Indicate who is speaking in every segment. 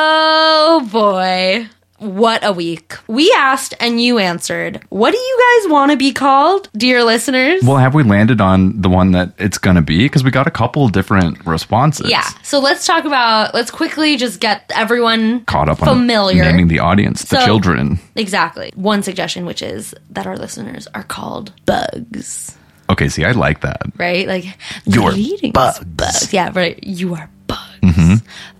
Speaker 1: Oh boy. What a week. We asked and you answered. What do you guys want to be called, dear listeners?
Speaker 2: Well, have we landed on the one that it's going to be? Because we got a couple different responses.
Speaker 1: yeah. So let's talk about, let's quickly just get everyone
Speaker 2: Caught up
Speaker 1: familiar.
Speaker 2: on naming the audience, the
Speaker 1: So-
Speaker 2: children.
Speaker 1: exactly. One suggestion, which is that our listeners are called bugs,
Speaker 2: Okay, see, I like that.
Speaker 1: right? Like,
Speaker 2: You're
Speaker 1: greetings,
Speaker 2: bugs. Mm-hmm.
Speaker 1: Yeah, right. You are bugs.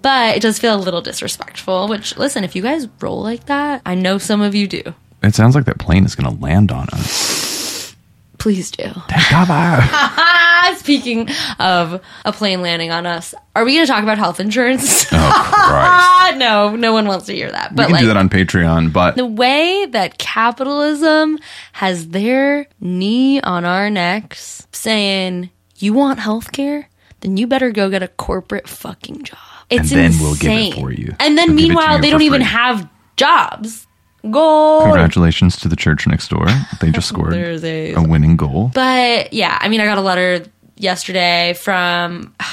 Speaker 1: But it does feel a little disrespectful, which, listen, if you guys roll like that, I know some of you do.
Speaker 2: It sounds like that plane is going to land on us.
Speaker 1: Please do.
Speaker 2: Cover.
Speaker 1: Ah, speaking of a plane landing on us, are we going to talk about health insurance?
Speaker 2: Christ.
Speaker 1: Ah, no, no one wants to hear that.
Speaker 2: We
Speaker 1: But
Speaker 2: can
Speaker 1: like
Speaker 2: do that on Patreon, but
Speaker 1: the way that capitalism has their knee on our necks saying, "You want health care? Then you better go get a corporate fucking job." It's
Speaker 2: then
Speaker 1: insane.
Speaker 2: we'll give it for you.
Speaker 1: And then
Speaker 2: We'll give it to
Speaker 1: meanwhile,
Speaker 2: you
Speaker 1: they
Speaker 2: for
Speaker 1: don't even
Speaker 2: free.
Speaker 1: have jobs. Goal.
Speaker 2: congratulations to the church next door. They just scored
Speaker 1: There's a-
Speaker 2: a winning goal.
Speaker 1: But yeah, I mean, I got a letter yesterday from.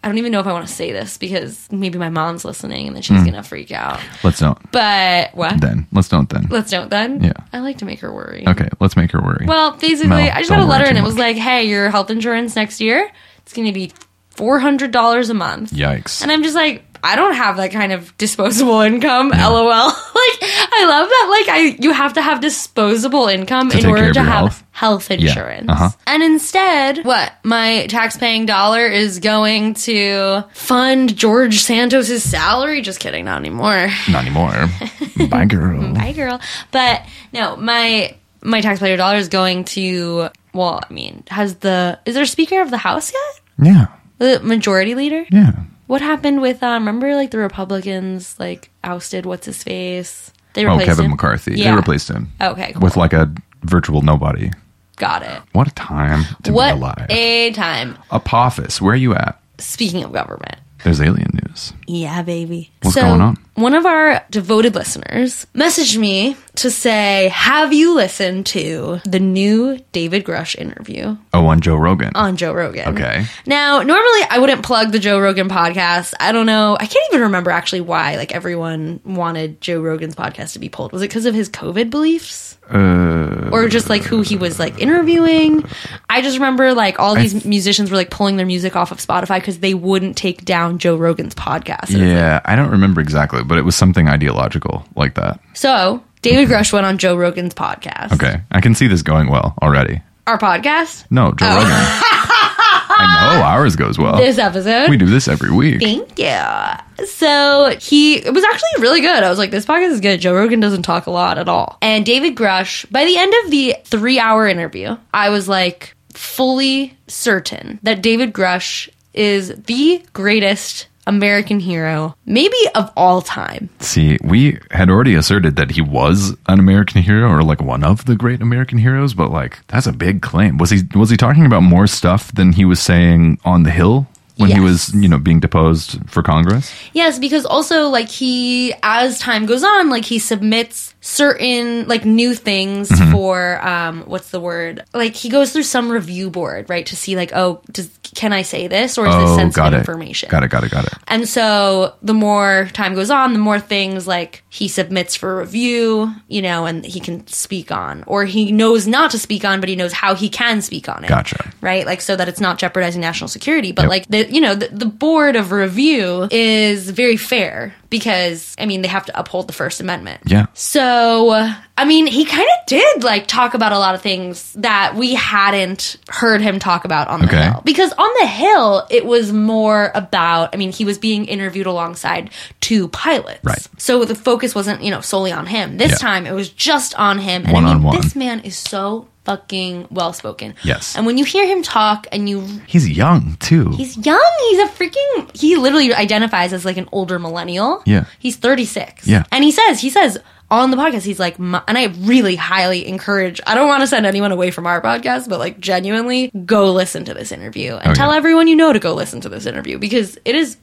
Speaker 1: I don't even know if I want to say this because maybe my mom's listening and then
Speaker 2: Hmm.
Speaker 1: she's gonna freak out.
Speaker 2: Let's don't
Speaker 1: But what?
Speaker 2: then. Let's don't then.
Speaker 1: Let's don't then.
Speaker 2: Yeah.
Speaker 1: I like to make her worry.
Speaker 2: Okay, let's make her worry.
Speaker 1: Well, basically,
Speaker 2: No,
Speaker 1: I just
Speaker 2: don't
Speaker 1: got a
Speaker 2: worry
Speaker 1: letter
Speaker 2: too
Speaker 1: and it
Speaker 2: much.
Speaker 1: was like, "Hey, your health insurance next year it's gonna be four hundred dollars a month."
Speaker 2: Yikes.
Speaker 1: And I'm just like, I don't have that kind of disposable income. LOL. like, I love that. Like, I you have to have disposable income in
Speaker 2: take care
Speaker 1: order
Speaker 2: of
Speaker 1: to
Speaker 2: your
Speaker 1: have
Speaker 2: health?
Speaker 1: health, insurance.
Speaker 2: Uh-huh.
Speaker 1: And instead, what my tax-paying dollar is going to fund George Santos's salary. Just kidding, not anymore.
Speaker 2: Not anymore. Bye, girl.
Speaker 1: Bye, girl. But no, my my taxpayer dollar is going to. Well, I mean, has the is there a Speaker of the House yet?
Speaker 2: Yeah,
Speaker 1: The Majority Leader.
Speaker 2: yeah.
Speaker 1: What happened with um? Remember, like the Republicans like ousted what's his face. They
Speaker 2: Oh,
Speaker 1: replaced
Speaker 2: Kevin
Speaker 1: him?
Speaker 2: McCarthy.
Speaker 1: Yeah. Oh.
Speaker 2: They replaced him.
Speaker 1: Okay, cool.
Speaker 2: With like a virtual nobody.
Speaker 1: Got it.
Speaker 2: What a time to
Speaker 1: What
Speaker 2: be alive.
Speaker 1: a time.
Speaker 2: Apophis, where are you at?
Speaker 1: Speaking of government,
Speaker 2: There's alien news.
Speaker 1: Yeah, baby.
Speaker 2: What's going on?
Speaker 1: One of our devoted listeners messaged me to say, Have you listened to the new David Grush interview
Speaker 2: Oh, on Joe Rogan.
Speaker 1: on Joe Rogan?
Speaker 2: Okay.
Speaker 1: Now, normally I wouldn't plug the Joe Rogan podcast. I don't know. I can't even remember actually why like everyone wanted Joe Rogan's podcast to be pulled. Was it because of his COVID beliefs?
Speaker 2: Uh,
Speaker 1: or just like who he was like interviewing? I just remember like all these musicians were like pulling their music off of Spotify because they wouldn't take down Joe Rogan's podcast. And
Speaker 2: yeah, I don't remember exactly, but it was something ideological like that.
Speaker 1: So David Grush went on Joe Rogan's podcast.
Speaker 2: Okay, I can see this going well already.
Speaker 1: Our podcast.
Speaker 2: No, Joe Rogan. I know ours goes well.
Speaker 1: Oh. This episode.
Speaker 2: we do this every week.
Speaker 1: Thank you. So he it was actually really good. I was like, this podcast is good. Joe Rogan doesn't talk a lot at all. And David Grush, by the end of the three hour interview, I was like fully certain that David Grush is the greatest American hero, maybe of all time.
Speaker 2: See, we had already asserted that he was an American hero or like one of the great American heroes, but like that's a big claim. Was he was he talking about more stuff than he was saying on the hill when he was, you know, being deposed for Congress?
Speaker 1: Yes, because also like he as time goes on, like he submits certain like new things
Speaker 2: Mm-hmm.
Speaker 1: for um what's the word? Like he goes through some review board, right, to see like, oh, does can I say this or is this sensitive
Speaker 2: Oh, got it.
Speaker 1: information?
Speaker 2: Got it, got it, got it.
Speaker 1: And so the more time goes on, the more things like he submits for review, you know, and he can speak on. Or he knows not to speak on, but he knows how he can speak on it
Speaker 2: Gotcha.
Speaker 1: right? Like so that it's not jeopardizing national security. But like the you know the, the board of review is very fair because I mean they have to uphold the First Amendment.
Speaker 2: Yeah.
Speaker 1: So uh, I mean he kind of did like talk about a lot of things that we hadn't heard him talk about on the
Speaker 2: Okay.
Speaker 1: hill because on the hill it was more about I mean he was being interviewed alongside two pilots.
Speaker 2: Right.
Speaker 1: So the focus wasn't you know solely on him. This
Speaker 2: Yeah.
Speaker 1: time it was just on him. And I mean
Speaker 2: One-on-one.
Speaker 1: this man is so fucking well spoken.
Speaker 2: Yes.
Speaker 1: And when you hear him talk and you
Speaker 2: He's young too.
Speaker 1: he's young, he's a freaking he literally identifies as like an older millennial.
Speaker 2: Yeah.
Speaker 1: He's 36.
Speaker 2: Yeah.
Speaker 1: And he says he says on the podcast he's like "My-" and I really highly encourage I don't want to send anyone away from our podcast but like genuinely go listen to this interview and
Speaker 2: Oh,
Speaker 1: tell
Speaker 2: yeah.
Speaker 1: everyone you know to go listen to this interview because it is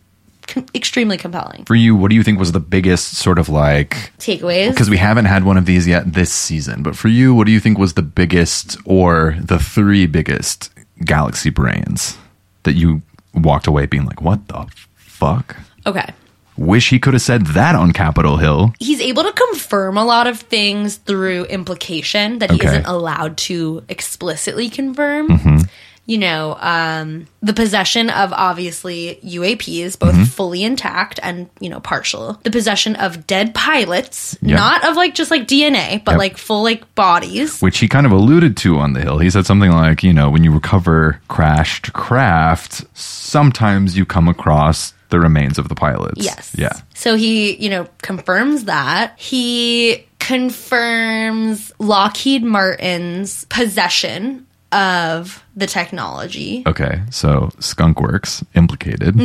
Speaker 1: com- extremely compelling.
Speaker 2: for you, what do you think was the biggest sort of like
Speaker 1: Takeaways.
Speaker 2: because we haven't had one of these yet this season. But for you, what do you think was the biggest or the three biggest galaxy brains that you walked away being like, what the fuck?
Speaker 1: Okay.
Speaker 3: Wish he could have said that on Capitol Hill.
Speaker 1: He's able to confirm a lot of things through implication that he
Speaker 3: Okay. Mm-hmm.
Speaker 1: isn't allowed to explicitly confirm. You know, um, the possession of obviously UAPs, both
Speaker 3: Mm-hmm.
Speaker 1: fully intact and, you know, partial. The possession of dead pilots,
Speaker 3: Yeah.
Speaker 1: not of like just like DNA, but
Speaker 3: Yep.
Speaker 1: like full like bodies.
Speaker 3: which he kind of alluded to on the hill. He said something like, you know, when you recover crashed craft, sometimes you come across the remains of the pilots.
Speaker 1: Yes.
Speaker 3: Yeah.
Speaker 1: So he, you know, confirms that. He confirms Lockheed Martin's possession of the technology.
Speaker 3: Okay. So Skunk Works implicated.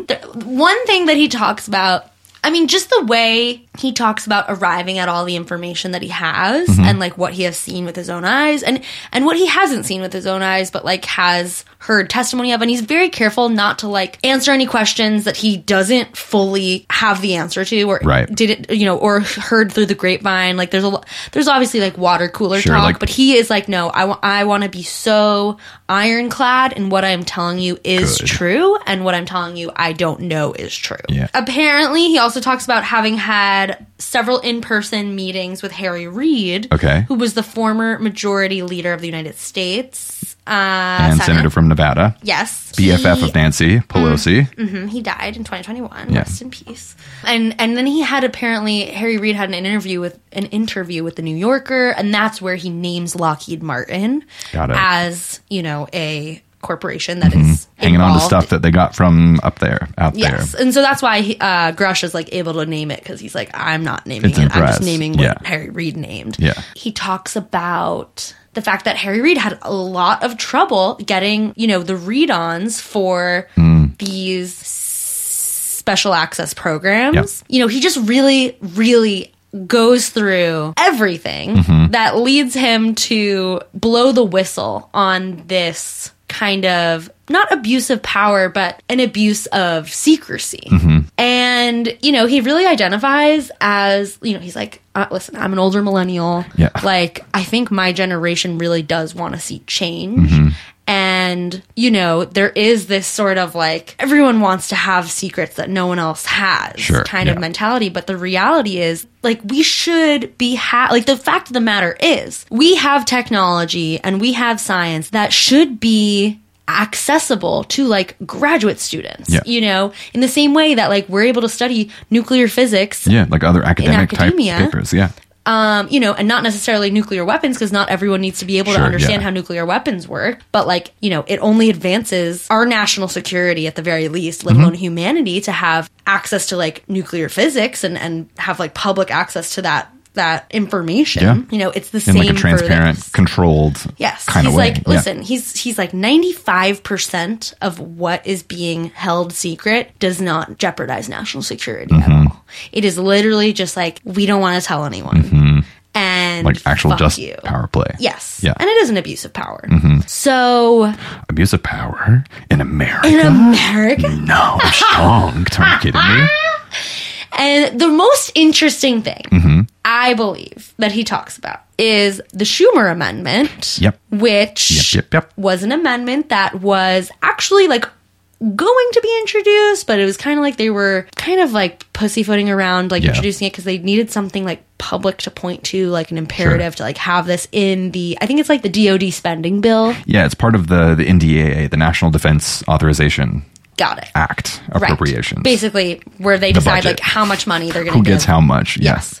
Speaker 1: One thing that he talks about, I mean, just the way he talks about arriving at all the information that he has
Speaker 3: Mm-hmm.
Speaker 1: and like what he has seen with his own eyes and and what he hasn't seen with his own eyes but like has heard testimony of and he's very careful not to like answer any questions that he doesn't fully have the answer to or
Speaker 3: Right.
Speaker 1: did it you know or heard through the grapevine like there's a lo- there's obviously like water cooler
Speaker 3: Sure,
Speaker 1: talk
Speaker 3: like-
Speaker 1: but he is like no I wa- I want to be so ironclad and what I'm telling you is
Speaker 3: Good.
Speaker 1: true true and what I'm telling you I don't know is true.
Speaker 3: Yeah.
Speaker 1: Apparently, he also talks about having had several in-person meetings with Harry Reid,
Speaker 3: Okay.
Speaker 1: who was the former majority leader of the United States. Uh,
Speaker 3: and Senator from Nevada,
Speaker 1: Yes.
Speaker 3: BFF
Speaker 1: He-
Speaker 3: of Nancy Pelosi.
Speaker 1: Mhm, he died in 2021.
Speaker 3: Yeah.
Speaker 1: Rest in peace. And and then he had apparently Harry Reid had an interview with an interview with the New Yorker, and that's where he names Lockheed Martin
Speaker 3: Got it. Mm-hmm.
Speaker 1: as you know a corporation that is
Speaker 3: Hanging on to
Speaker 1: involved
Speaker 3: stuff that they got from up there, out
Speaker 1: Yes,
Speaker 3: there.
Speaker 1: and so that's why he, uh, Grush is like able to name it because he's like, I'm not naming
Speaker 3: It's
Speaker 1: it. I'm
Speaker 3: impressed.
Speaker 1: just naming what
Speaker 3: Yeah.
Speaker 1: Harry Reid named.
Speaker 3: Yeah.
Speaker 1: he talks about the fact that Harry Reid had a lot of trouble getting, you know, the read-ons for these special access programs. You know, he just really, really goes through everything that leads him to blow the whistle on this kind of not abuse of power, but an abuse of secrecy. And, you know, he really identifies as, you know, he's like, uh, listen, I'm an older millennial.
Speaker 3: Yeah.
Speaker 1: Like, I think my generation really does want to see change.
Speaker 3: Mm-hmm.
Speaker 1: And, you know, there is this sort of like everyone wants to have secrets that no one else has
Speaker 3: Sure,
Speaker 1: kind of
Speaker 3: yeah.
Speaker 1: mentality. But the reality is, like, we should be, ha- like, the fact of the matter is, we have technology and we have science that should be accessible to like graduate students,
Speaker 3: Yeah.
Speaker 1: you know, in the same way that like we're able to study nuclear physics
Speaker 3: Yeah, like other academic type
Speaker 1: academia.
Speaker 3: papers. Yeah.
Speaker 1: um, you know, and not necessarily nuclear weapons because not everyone needs to be able to
Speaker 3: Sure,
Speaker 1: understand
Speaker 3: yeah.
Speaker 1: how nuclear weapons work. But like, you know, it only advances our national security at the very least,
Speaker 3: Mm-hmm.
Speaker 1: let alone humanity, to have access to like nuclear physics and and have like public access to that that information.
Speaker 3: Yeah.
Speaker 1: You know, it's the
Speaker 3: In
Speaker 1: same
Speaker 3: like a transparent,
Speaker 1: for this.
Speaker 3: controlled
Speaker 1: Yes,
Speaker 3: kind
Speaker 1: he's
Speaker 3: of way.
Speaker 1: like,
Speaker 3: Yeah.
Speaker 1: listen, he's he's like ninety five percent of what is being held secret does not jeopardize national security
Speaker 3: Mm-hmm.
Speaker 1: at all. It is literally just like we don't want to tell anyone, and
Speaker 3: Mm-hmm. Like actual
Speaker 1: fuck
Speaker 3: just
Speaker 1: you.
Speaker 3: power play.
Speaker 1: Yes,
Speaker 3: Yeah. Mm-hmm.
Speaker 1: and it is an abuse of power. So
Speaker 3: Abuse of power in America.
Speaker 1: in America,
Speaker 3: no, I'm strong. Are you kidding me?
Speaker 1: and the most interesting thing
Speaker 3: Mm-hmm.
Speaker 1: I believe that he talks about is the Schumer Amendment.
Speaker 3: Yep.
Speaker 1: which
Speaker 3: Yep, yep, yep.
Speaker 1: was an amendment that was actually like going to be introduced, but it was kind of like they were kind of like pussyfooting around like
Speaker 3: Yeah.
Speaker 1: introducing it because they needed something like public to point to, like an imperative to like have this in the I think it's like the DoD spending bill.
Speaker 3: Yeah, it's part of the, the NDAA, the National Defense Authorization
Speaker 1: Got it.
Speaker 3: Act
Speaker 1: Right.
Speaker 3: appropriations.
Speaker 1: Basically, where they decide like
Speaker 3: budget.
Speaker 1: how much money they're going to
Speaker 3: Who gets how much?
Speaker 1: Yes.
Speaker 3: Yes.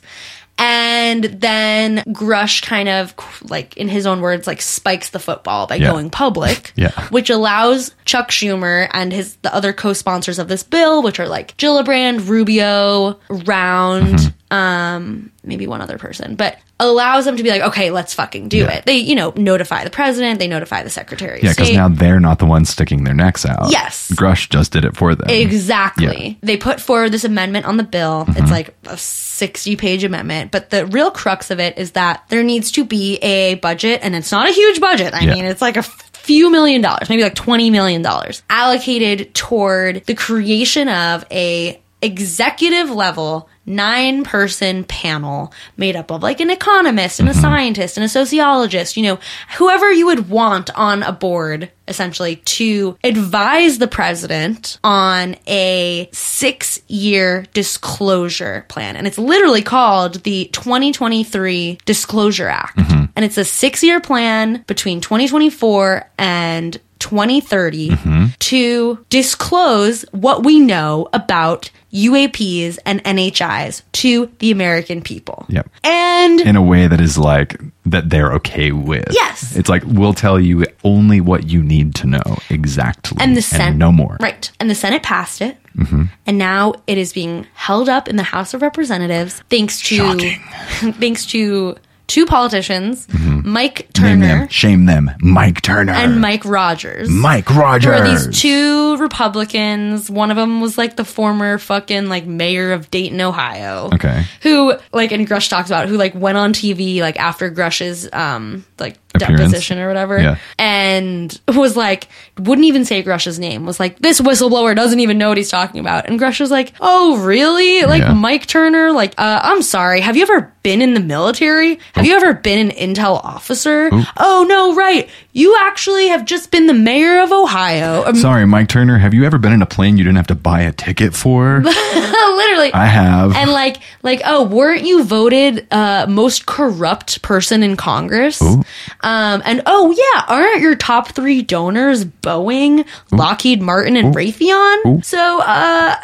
Speaker 1: And then Grush kind of, like in his own words, like spikes the football by
Speaker 3: Yeah.
Speaker 1: going public,
Speaker 3: Yeah.
Speaker 1: which allows Chuck Schumer and his the other co-sponsors of this bill, which are like Gillibrand, Rubio, Round,
Speaker 3: Mm-hmm.
Speaker 1: um, maybe one other person, but allows them to be like, okay, let's fucking do
Speaker 3: Yeah.
Speaker 1: it. They, you know, notify the president, they notify the secretary of
Speaker 3: Yeah, because
Speaker 1: state.
Speaker 3: now they're not the ones sticking their necks out.
Speaker 1: Yes.
Speaker 3: Grush just did it for them.
Speaker 1: Exactly.
Speaker 3: Yeah. Mm-hmm.
Speaker 1: They put forward this amendment on the bill. It's like a 60 page amendment, but the real crux of it is that there needs to be a budget, and it's not a huge budget. I
Speaker 3: Yeah.
Speaker 1: mean, it's like a few million dollars, maybe like $20 million allocated toward the creation of a executive level nine person panel made up of like an economist and a scientist and a sociologist, you know, whoever you would want on a board essentially to advise the president on a six year disclosure plan. And it's literally called the 2023 Disclosure Act. And it's a six year plan between 2024 and 2030 to disclose what we know about UAPs and NHIs to the American people.
Speaker 2: Yep.
Speaker 1: And
Speaker 2: in a way that is like that they're okay with.
Speaker 1: Yes.
Speaker 2: It's like we'll tell you only what you need to know exactly
Speaker 1: and the Senate
Speaker 2: no more. Mm-hmm.
Speaker 1: Right. And the Senate passed it. And now it is being held up in the House of Representatives thanks to
Speaker 2: Shocking.
Speaker 1: thanks to two politicians,
Speaker 2: Mm-hmm.
Speaker 1: Mike
Speaker 2: Shame
Speaker 1: Turner
Speaker 2: them. Shame them. Mike Turner.
Speaker 1: and Mike Rogers.
Speaker 2: Mike
Speaker 1: There
Speaker 2: Rogers.
Speaker 1: were these two Republicans. One of them was like the former fucking like mayor of Dayton, Ohio.
Speaker 2: Okay.
Speaker 1: Who like and Grush talks about who like went on TV like after Grush's um like
Speaker 2: Appearance.
Speaker 1: deposition or whatever
Speaker 2: Yeah.
Speaker 1: and was like wouldn't even say Grush's name was like this whistleblower doesn't even know what he's talking about and Grush was like oh really like
Speaker 2: Yeah.
Speaker 1: Mike Turner like uh, I'm sorry have you ever been in the military have you ever been an intel officer oh no right you actually have just been the mayor of Ohio Um,
Speaker 2: Sorry, Mike Turner. Have you ever been in a plane you didn't have to buy a ticket for?
Speaker 1: literally
Speaker 2: I have.
Speaker 1: and like like oh weren't you voted uh most corrupt person in congress um and oh yeah aren't your top three donors boeing lockheed martin and raytheon so uh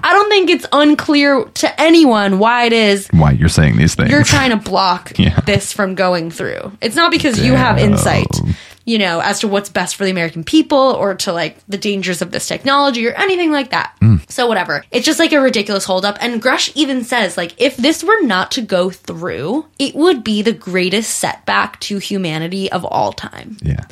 Speaker 1: i don't think it's unclear to anyone why it is
Speaker 2: Why you're saying these things?
Speaker 1: you're trying to block
Speaker 2: Yeah.
Speaker 1: this from going through it's not because you have insight you know as to what's best for the american people or to like the dangers of this technology or anything like that
Speaker 2: Mm.
Speaker 1: so whatever it's just like a ridiculous holdup and grush even says like if this were not to go through it would be the greatest setback to humanity of all time
Speaker 2: yeah.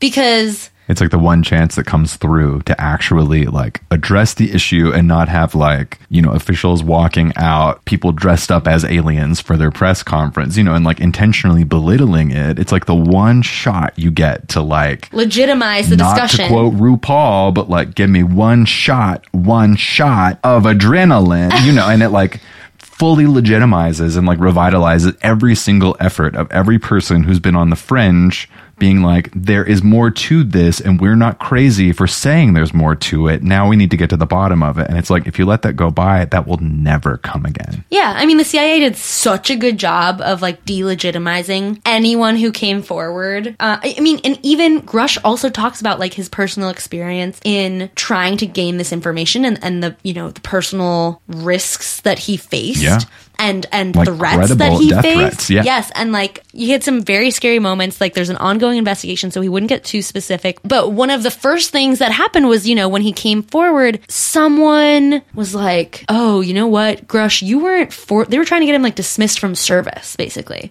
Speaker 1: because
Speaker 2: It's like the one chance that comes through to actually like address the issue and not have like, you know, officials walking out, people dressed up as aliens for their press conference, you know, and like intentionally belittling it. It's like the one shot you get to like
Speaker 1: legitimize the
Speaker 2: not
Speaker 1: discussion
Speaker 2: to quote RuPaul, but like give me one shot, one shot of adrenaline, you know, and it like fully legitimizes and like revitalizes every single effort of every person who's been on the fringe being like there is more to this and we're not crazy for saying there's more to it now we need to get to the bottom of it and it's like if you let that go by that will never come again
Speaker 1: Yeah, I mean, the CIA did such a good job of like delegitimizing anyone who came forward. Uh, I I mean, and even Grush also talks about like his personal experience in trying to gain this information and, and the you know the personal risks that he faced.
Speaker 2: Yeah.
Speaker 1: And and
Speaker 2: Like
Speaker 1: threats that
Speaker 2: credible
Speaker 1: he
Speaker 2: death
Speaker 1: faced.
Speaker 2: threats, yeah.
Speaker 1: Yes, and like he had some very scary moments. Like there's an ongoing investigation, so he wouldn't get too specific. But one of the first things that happened was, you know, when he came forward, someone was like, "Oh, you know what, Grush, you weren't for." They were trying to get him like dismissed from service, basically.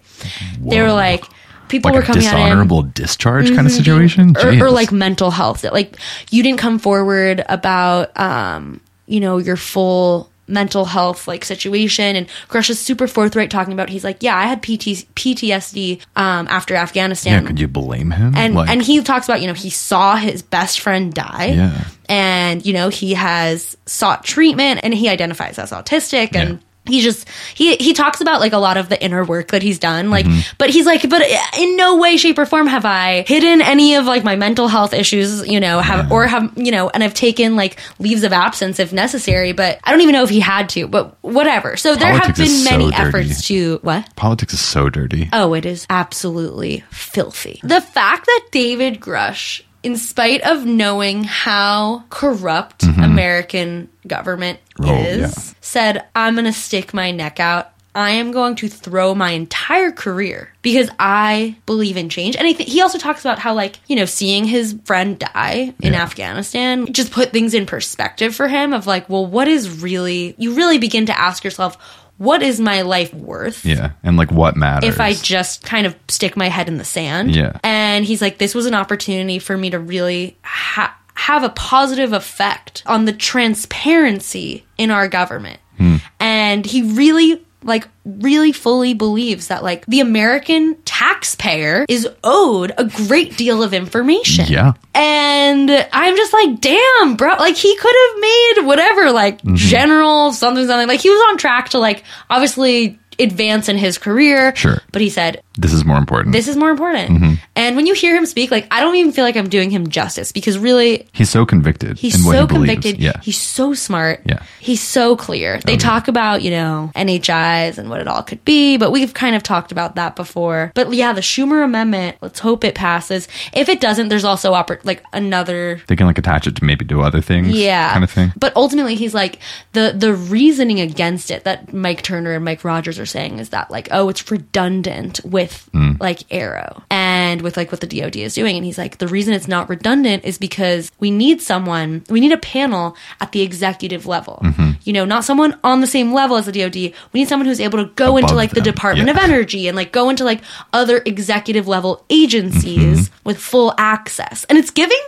Speaker 1: They were
Speaker 2: Whoa.
Speaker 1: like, people
Speaker 2: like
Speaker 1: were
Speaker 2: a
Speaker 1: coming at him Mm-hmm.
Speaker 2: dishonorable discharge kind of situation
Speaker 1: or, or
Speaker 2: Jeez.
Speaker 1: like mental health that like you didn't come forward about um you know your full mental health like situation and Grush is super forthright talking about he's like yeah I had PT- PTSD um after
Speaker 2: yeah
Speaker 1: Afghanistan
Speaker 2: could you blame him
Speaker 1: and
Speaker 2: Like,
Speaker 1: and he talks about you know he saw his best friend die
Speaker 2: Yeah.
Speaker 1: and you know he has sought treatment and he identifies as autistic and
Speaker 2: Yeah.
Speaker 1: He just he he talks about like a lot of the inner work that he's done like
Speaker 2: Mm-hmm.
Speaker 1: but he's like but in no way shape or form have I hidden any of like my mental health issues you know have or have you know and I've taken like leaves of absence if necessary but I don't even know if he had to but whatever so there
Speaker 2: Politics
Speaker 1: have been
Speaker 2: is so
Speaker 1: many
Speaker 2: dirty.
Speaker 1: efforts to what
Speaker 2: politics is so dirty
Speaker 1: Oh, it is absolutely filthy. The fact that David Grush, in spite of knowing how corrupt American government
Speaker 2: Mm-hmm. Oh,
Speaker 1: is,
Speaker 2: yeah.
Speaker 1: said, I'm going to stick my neck out. I am going to throw my entire career because I believe in change. And I think he also talks about how, like, you know, seeing his friend die in
Speaker 2: Yeah.
Speaker 1: Afghanistan just put things in perspective for him of like, well, what is really, you really begin to ask yourself, what is my life worth?
Speaker 2: Yeah, and like what matters?
Speaker 1: if I just kind of stick my head in the sand.
Speaker 2: Yeah.
Speaker 1: And he's like, this was an opportunity for me to really ha- have a positive effect on the transparency in our government.
Speaker 2: Hmm.
Speaker 1: And he really, like, really fully believes that, like, the American taxpayer is owed a great deal of information.
Speaker 2: Yeah.
Speaker 1: And I'm just like, damn, bro. Like, he could have made whatever, like,
Speaker 2: Mm-hmm.
Speaker 1: general something, something. Like, he was on track to, like, obviously advance in his career.
Speaker 2: Sure. Mm-hmm.
Speaker 1: But he said,
Speaker 2: This is more important.
Speaker 1: this is more important. And when you hear him speak, like, I don't even feel like I'm doing him justice because really,
Speaker 2: he's so convicted.
Speaker 1: He's
Speaker 2: in what
Speaker 1: so
Speaker 2: he believes.
Speaker 1: convicted.
Speaker 2: Yeah.
Speaker 1: He's so smart.
Speaker 2: Yeah.
Speaker 1: He's so clear. They talk about, you know, NHIs and what it all could be, but we've kind of talked about that before. But yeah, the Schumer Amendment, let's hope it passes. If it doesn't, there's also oppor- like another
Speaker 2: they can like attach it to maybe do other things.
Speaker 1: yeah
Speaker 2: Kind of thing.
Speaker 1: but ultimately he's like the the reasoning against it that mike turner and mike rogers are saying is that like oh it's redundant with
Speaker 2: Hmm.
Speaker 1: like arrow and with like what the dod is doing and he's like the reason it's not redundant is because we need someone we need a panel at the executive level
Speaker 2: Mm-hmm.
Speaker 1: you know not someone on the same level as the dod we need someone who's able to go into
Speaker 2: Above
Speaker 1: like the
Speaker 2: them,
Speaker 1: department of
Speaker 2: yeah.
Speaker 1: energy and like go into like other executive level agencies
Speaker 2: Mm-hmm.
Speaker 1: with full access and it's giving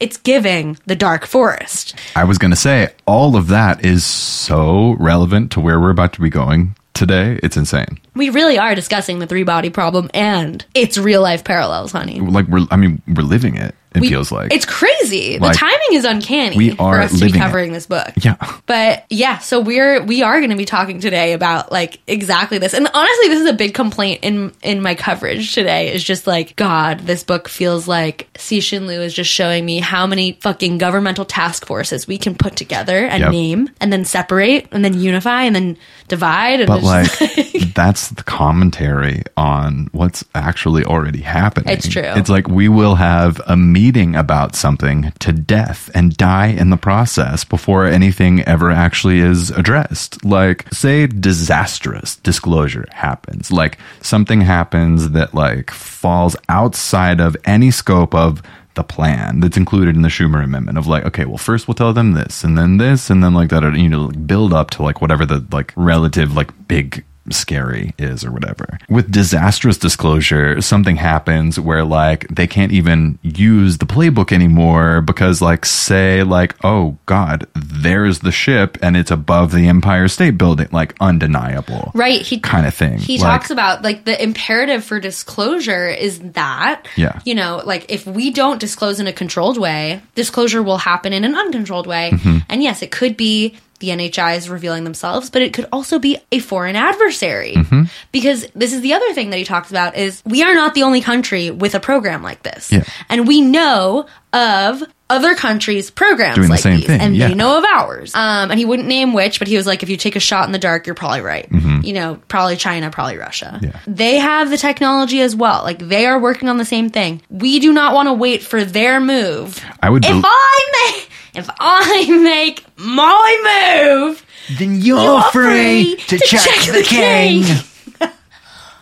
Speaker 1: it's giving the dark forest
Speaker 2: I was going to say all of that is so relevant to where we're about to be going today. It's insane.
Speaker 1: We really are discussing the three body problem and its real life parallels, honey.
Speaker 2: Like we're I mean we're living it. It
Speaker 1: We-
Speaker 2: feels like.
Speaker 1: it's crazy.
Speaker 2: Like,
Speaker 1: the timing is uncanny.
Speaker 2: we
Speaker 1: for
Speaker 2: are
Speaker 1: us to be
Speaker 2: living it.
Speaker 1: covering this book.
Speaker 2: Yeah.
Speaker 1: But yeah, so we're we are going to be talking today about like exactly this. And honestly, this is a big complaint in in my coverage today is just like god, this book feels like Cixin Lu is just showing me how many fucking governmental task forces we can put together and
Speaker 2: Yep.
Speaker 1: name and then separate and then unify and then divide and
Speaker 2: but
Speaker 1: it's
Speaker 2: like
Speaker 1: just-
Speaker 2: that's the commentary on what's actually already happening.
Speaker 1: It's true.
Speaker 2: It's like we will have a meeting about something to death and die in the process before anything ever actually is addressed. Like say disastrous disclosure happens. Like something happens that like falls outside of any scope of the plan that's included in the Schumer amendment of like, okay, well, first we'll tell them this, and then this, and then like that, you know, like build up to like whatever the like relative like big scary is or whatever. With disastrous disclosure, something happens where like they can't even use the playbook anymore because like say like, oh god, there's the ship and it's above the Empire State Building, like undeniable.
Speaker 1: Right. He
Speaker 2: Kind of thing.
Speaker 1: He
Speaker 2: Like-
Speaker 1: talks about like the imperative for disclosure is that
Speaker 2: Yeah.
Speaker 1: you know, like if we don't disclose in a controlled way, disclosure will happen in an uncontrolled way.
Speaker 2: Mm-hmm.
Speaker 1: And yes, it could be the NHIs revealing themselves, but it could also be a foreign adversary.
Speaker 2: Mm-hmm.
Speaker 1: Because this is the other thing that he talks about is we are not the only country with a program like this.
Speaker 2: Yeah.
Speaker 1: And we know of other countries' programs
Speaker 2: Doing the
Speaker 1: like
Speaker 2: same
Speaker 1: these,
Speaker 2: thing,
Speaker 1: and
Speaker 2: yeah.
Speaker 1: they know of ours. Um, and he wouldn't name which, but he was like, if you take a shot in the dark, you're probably right. You know, probably China, probably Russia.
Speaker 2: Mm-hmm. Yeah.
Speaker 1: They have the technology as well. Like they are working on the same thing. We do not want to wait for their move.
Speaker 2: I would
Speaker 1: If
Speaker 2: bel-
Speaker 1: I make, if I make my move,
Speaker 4: Then you're,
Speaker 1: are
Speaker 4: free, to, check, the king.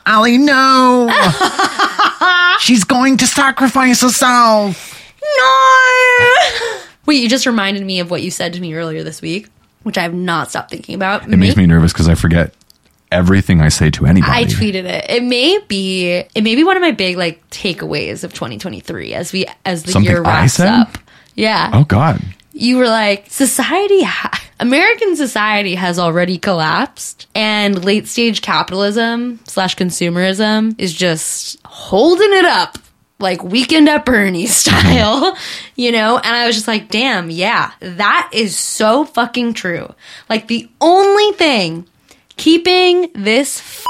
Speaker 4: Ollie, no! She's going to sacrifice herself!
Speaker 1: No. Wait, you just reminded me of what you said to me earlier this week, which I have not stopped thinking about.
Speaker 2: it makes me nervous because I forget everything I say to anybody.
Speaker 1: I tweeted it. It may be it may be one of my big like takeaways of 2023 as we as the
Speaker 2: Something
Speaker 1: year
Speaker 2: I
Speaker 1: wraps
Speaker 2: said?
Speaker 1: up. Yeah.
Speaker 2: Oh god.
Speaker 1: You were like society ha- American society has already collapsed and late stage capitalism slash consumerism is just holding it up like weekend at Bernie style, you know? And I was just like, damn, yeah, that is so fucking true. Like the only thing keeping this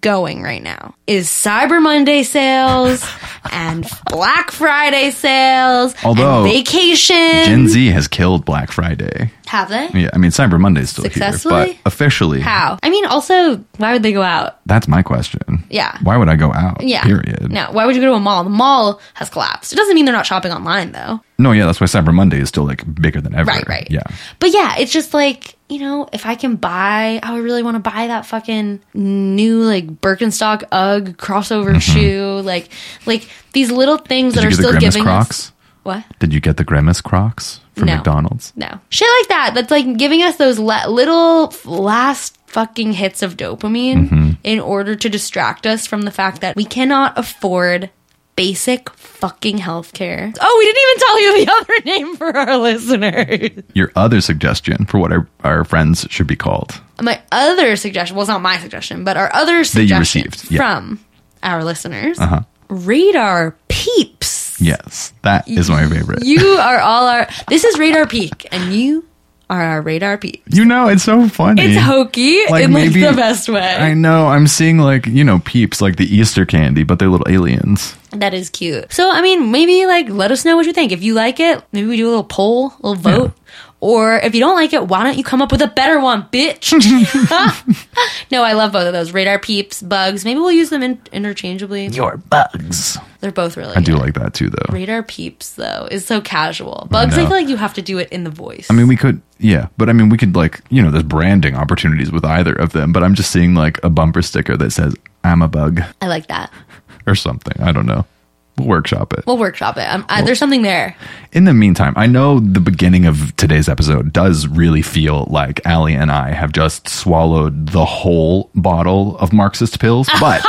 Speaker 1: going right now is Cyber Monday sales and Black Friday sales
Speaker 2: Although,
Speaker 1: and vacation.
Speaker 2: Gen Z has killed Black Friday.
Speaker 1: Have they?
Speaker 2: Yeah, I mean Cyber Monday's still here, but
Speaker 1: Successfully?
Speaker 2: officially
Speaker 1: How? I mean, also, why would they go out?
Speaker 2: That's my question.
Speaker 1: Yeah.
Speaker 2: Why would I go out?
Speaker 1: Yeah.
Speaker 2: Period.
Speaker 1: No, why would you go to a mall? The mall has collapsed. It doesn't mean they're not shopping online, though.
Speaker 2: No, yeah, that's why Cyber Monday is still like bigger than ever.
Speaker 1: Right, right.
Speaker 2: Yeah.
Speaker 1: But yeah, it's just like, you know, if I can buy, oh, I really want to buy that fucking new like Birkenstock UGG crossover shoe, like like these little things
Speaker 2: Mm-hmm. Did
Speaker 1: that
Speaker 2: you
Speaker 1: are
Speaker 2: get the
Speaker 1: still
Speaker 2: Grimace
Speaker 1: giving
Speaker 2: Crocs?
Speaker 1: us what?
Speaker 2: Did you get the Grimace Crocs from
Speaker 1: No.
Speaker 2: McDonald's?
Speaker 1: No. Shit like that. That's like giving us those la- little f- last fucking
Speaker 2: Mm-hmm.
Speaker 1: hits of dopamine in order to distract us from the fact that we cannot afford basic fucking healthcare. Oh, we didn't even tell you the other name for our listeners.
Speaker 2: Your other suggestion for what our, our friends should be called.
Speaker 1: My other suggestion, well, it's not my suggestion, but our other
Speaker 2: you
Speaker 1: suggestion
Speaker 2: received, yeah. Uh-huh.
Speaker 1: from our listeners, radar peeps.
Speaker 2: Yes, that is my favorite. You,
Speaker 1: You are all our. This is Radar Peak, and you are our Radar Peak.
Speaker 2: know, it's so funny.
Speaker 1: It's hokey
Speaker 2: Like,
Speaker 1: in like
Speaker 2: maybe-
Speaker 1: the best way.
Speaker 2: I know. I'm seeing like you know peeps like the Easter candy, but they're little aliens.
Speaker 1: That is cute. So I mean, maybe like let us know what you think. If you like it, maybe we do a little poll, a little vote. Or if you don't like it, why don't you come up with a better one, bitch? no, I love both of those. Radar peeps, bugs. Maybe we'll use them in- interchangeably.
Speaker 5: Your bugs.
Speaker 1: They're both really.
Speaker 2: I do like that too, though.
Speaker 1: Radar peeps though is so casual. Bugs, I,
Speaker 2: know.
Speaker 1: feel like you have to do it in the voice.
Speaker 2: I mean, we could, yeah, but I mean, we could like you know, there's branding opportunities with either of them. But I'm just seeing like a bumper sticker that says "I'm a bug"
Speaker 1: I like that.
Speaker 2: or something. I don't know. We'll workshop it.
Speaker 1: We'll workshop it. I'm, I, there's something there.
Speaker 2: In the meantime, I know the beginning of today's episode does really feel like Allie and I have just swallowed the whole bottle of Marxist pills, but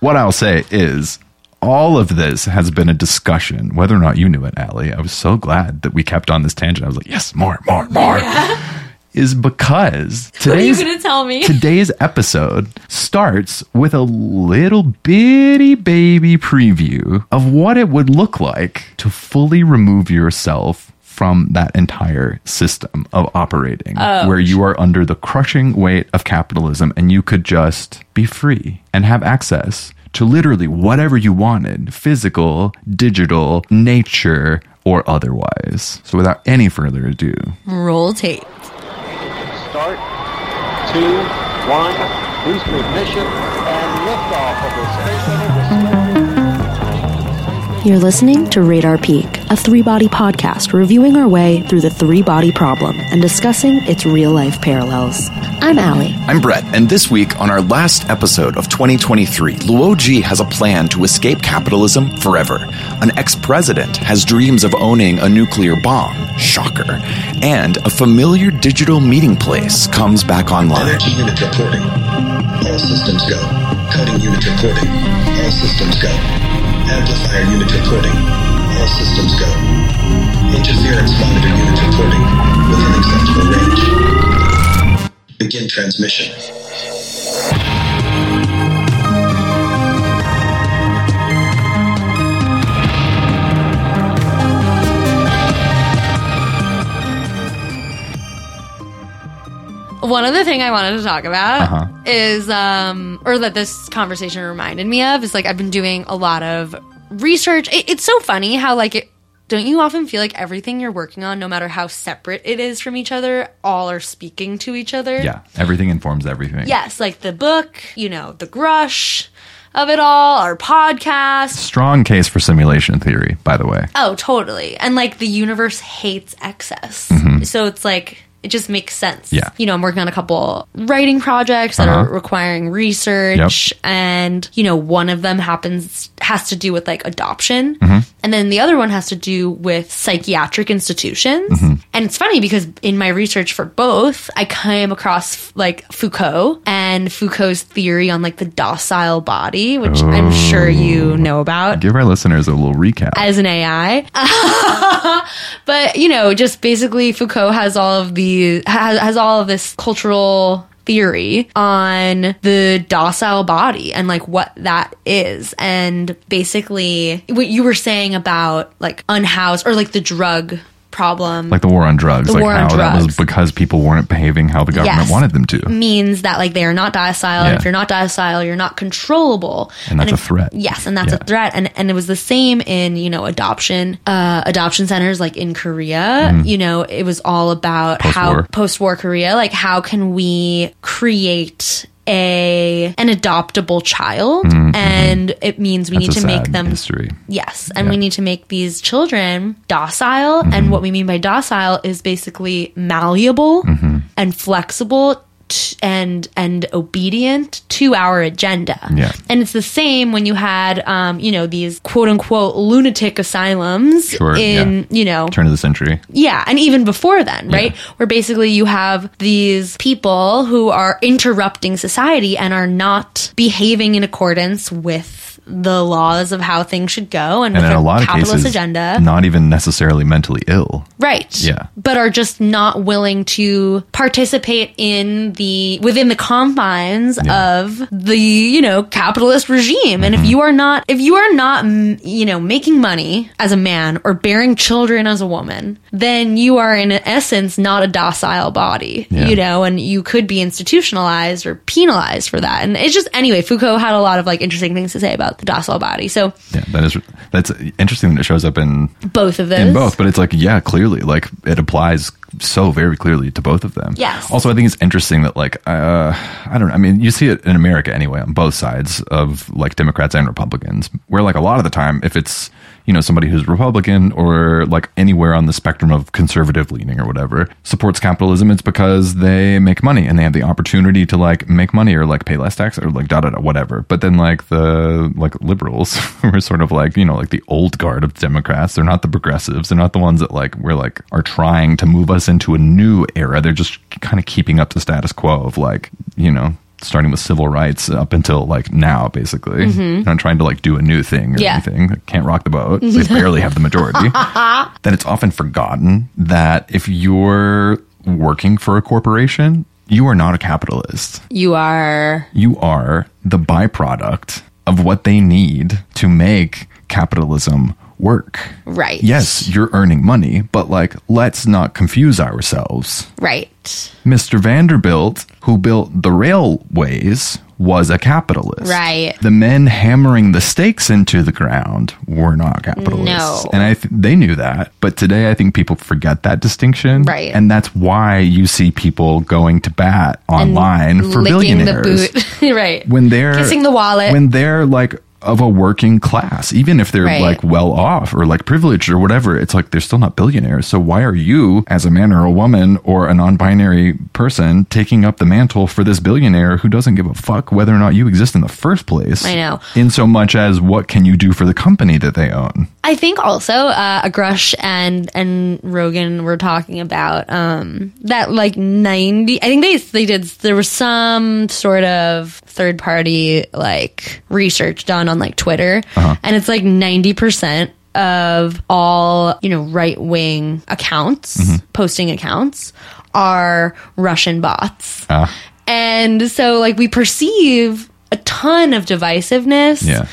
Speaker 2: what I'll say is all of this has been a discussion, whether or not you knew it, Allie. I was so glad that we kept on this tangent. I was like, yes, more, more, more. Is because
Speaker 1: What are you
Speaker 2: today's
Speaker 1: gonna tell me?
Speaker 2: today's episode starts with a little bitty baby preview of what it would look like to fully remove yourself from that entire system of operating where you are under the crushing weight of capitalism and you could just be free and have access to literally whatever you wanted physical, digital, nature, or otherwise. So, without any further ado,
Speaker 1: Roll tape.
Speaker 4: Start, two, one, boost to ignition, and liftoff of the Space Shuttle Discovery.
Speaker 6: You're listening to Radar Peak, a three body podcast reviewing our way through the three body problem and discussing its real life parallels. I'm Allie.
Speaker 7: I'm Brett, and this week on our last episode of 2023, Luoji has a plan to escape capitalism forever. An ex president has dreams of owning a nuclear bomb, shocker, and a familiar digital meeting place comes back online.
Speaker 8: Energy unit reporting. All systems go. Cutting unit reporting. All systems go. Amplifier unit reporting. All systems go. Interference monitor unit reporting. Within acceptable range. Begin transmission.
Speaker 1: One other thing I wanted to talk about is, um, or that this conversation reminded me of, is like I've been doing a lot of research. It, it's so funny how, like, it, don't you often feel like everything you're working on, no matter how separate it is from each other, all are speaking to each other?
Speaker 2: yeah, everything informs everything.
Speaker 1: Yes, like the book, you know, the grush of it all, our podcast.
Speaker 2: Strong case for simulation theory, by the way.
Speaker 1: Oh, totally. And like the universe hates excess. So it's like it just makes sense.
Speaker 2: Yeah.
Speaker 1: You know, I'm working on a couple writing projects that are requiring research and you know, one of them happens has to do with like adoption and then the other one has to do with psychiatric institutions. And it's funny because in my research for both, I came across like Foucault and Foucault's theory on like the docile body, which I'm sure you know about
Speaker 2: Give our listeners a little recap.
Speaker 1: as an AI. but you know, just basically Foucault has all of the has, has all of this cultural theory on the docile body and like what that is and basically what you were saying about like unhoused or like the drug problem
Speaker 2: like the war on drugs,
Speaker 1: The
Speaker 2: like
Speaker 1: war on
Speaker 2: how that was
Speaker 1: drugs.
Speaker 2: because people weren't behaving how the government
Speaker 1: Yes.
Speaker 2: wanted them to.
Speaker 1: means that like they are not docile
Speaker 2: Yeah.
Speaker 1: and if you're not docile you're not controllable
Speaker 2: And that's a
Speaker 1: if-
Speaker 2: threat.
Speaker 1: yes and that's
Speaker 2: Yeah.
Speaker 1: a threat and and it was the same in you know adoption uh adoption centers like in korea you know it was all about how
Speaker 2: Mm. Post-war.
Speaker 1: post-war korea like how can we create a an adoptable child and it means we
Speaker 2: Mm, mm-hmm.
Speaker 1: need
Speaker 2: That's a
Speaker 1: to make
Speaker 2: sad
Speaker 1: them
Speaker 2: history.
Speaker 1: Yes, and
Speaker 2: Yeah. Mm-hmm.
Speaker 1: we need to make these children docile. And what we mean by docile is basically malleable
Speaker 2: Mm-hmm.
Speaker 1: and flexible t- and and obedient to our agenda.
Speaker 2: Yeah.
Speaker 1: And it's the same when you had, um, you know, these quote unquote lunatic asylums
Speaker 2: Sure,
Speaker 1: in, you know,
Speaker 2: Turn of the century.
Speaker 1: yeah, and even before then, right? Where basically you have these people who are interrupting society and are not behaving in accordance with the laws of how things should go and,
Speaker 3: and
Speaker 1: with
Speaker 3: in
Speaker 1: our
Speaker 3: a lot of
Speaker 1: capitalist
Speaker 3: cases,
Speaker 1: agenda.
Speaker 3: not even necessarily mentally ill.
Speaker 1: right.
Speaker 3: Yeah.
Speaker 1: But are just not willing to participate in the within the confines
Speaker 3: Yeah. Mm-hmm.
Speaker 1: of the, you know, capitalist regime. And if you are not if you are not, mm, you know, making money as a man or bearing children as a woman, then you are in essence not a docile body,
Speaker 3: Yeah.
Speaker 1: you know, and you could be institutionalized or penalized for that. And it's just anyway, Foucault had a lot of like interesting things to say about the docile body. So
Speaker 3: Yeah, that is that's interesting that it shows up in
Speaker 1: both of those
Speaker 3: in both, but it's like yeah, clearly, like it applies so very clearly to both of them.
Speaker 1: Yes.
Speaker 3: Also, I think it's interesting that like uh, I don't know. I mean, you see it in America anyway on both sides of like Democrats and Republicans, where like a lot of the time, if it's you know somebody who's Republican or like anywhere on the spectrum of conservative leaning or whatever supports capitalism, it's because they make money and they have the opportunity to like make money or like pay less tax or like da da da whatever. But then like the like liberals were sort of like you know like the old guard of Democrats. They're not the progressives. They're not the ones that like we're like are trying to move us into a new era. They're just kind of keeping up the status quo of like you know starting with civil rights up until like now basically They're not trying to like do a new thing or
Speaker 1: Yeah.
Speaker 3: anything They can't rock the boat they barely have the majority then it's often forgotten that if you're working for a corporation you are not a capitalist
Speaker 1: you are
Speaker 3: you are the byproduct of what they need to make capitalism work.
Speaker 1: Right.
Speaker 3: Yes, you're earning money, but like, let's not confuse ourselves.
Speaker 1: right.
Speaker 3: Mr. Vanderbilt, who built the railways, was a capitalist.
Speaker 1: Right.
Speaker 3: The men hammering the stakes into the ground were not
Speaker 1: No.
Speaker 3: capitalists. And I th- they knew that, but today I think people forget that distinction.
Speaker 1: Right.
Speaker 3: And that's why you see people going to bat online for billionaires
Speaker 1: boot. right.
Speaker 3: when they're
Speaker 1: kissing the wallet.
Speaker 3: when they're like of a working class even if they're
Speaker 1: Right.
Speaker 3: like well off or like privileged or whatever it's like they're still not billionaires so why are you as a man or a woman or a non-binary person taking up the mantle for this billionaire who doesn't give a fuck whether or not you exist in the first place
Speaker 1: I know.
Speaker 3: in so much as what can you do for the company that they own
Speaker 1: I think also uh, Agrush and and Rogan were talking about um, that like ninety. I think they they did. There was some sort of third party like research done on like Twitter,
Speaker 3: Uh-huh.
Speaker 1: and it's like ninety percent of all you know right wing accounts,
Speaker 3: Mm-hmm.
Speaker 1: posting accounts, are Russian
Speaker 3: Ah.
Speaker 1: bots. And so, like, we perceive a ton of divisiveness
Speaker 3: Yeah.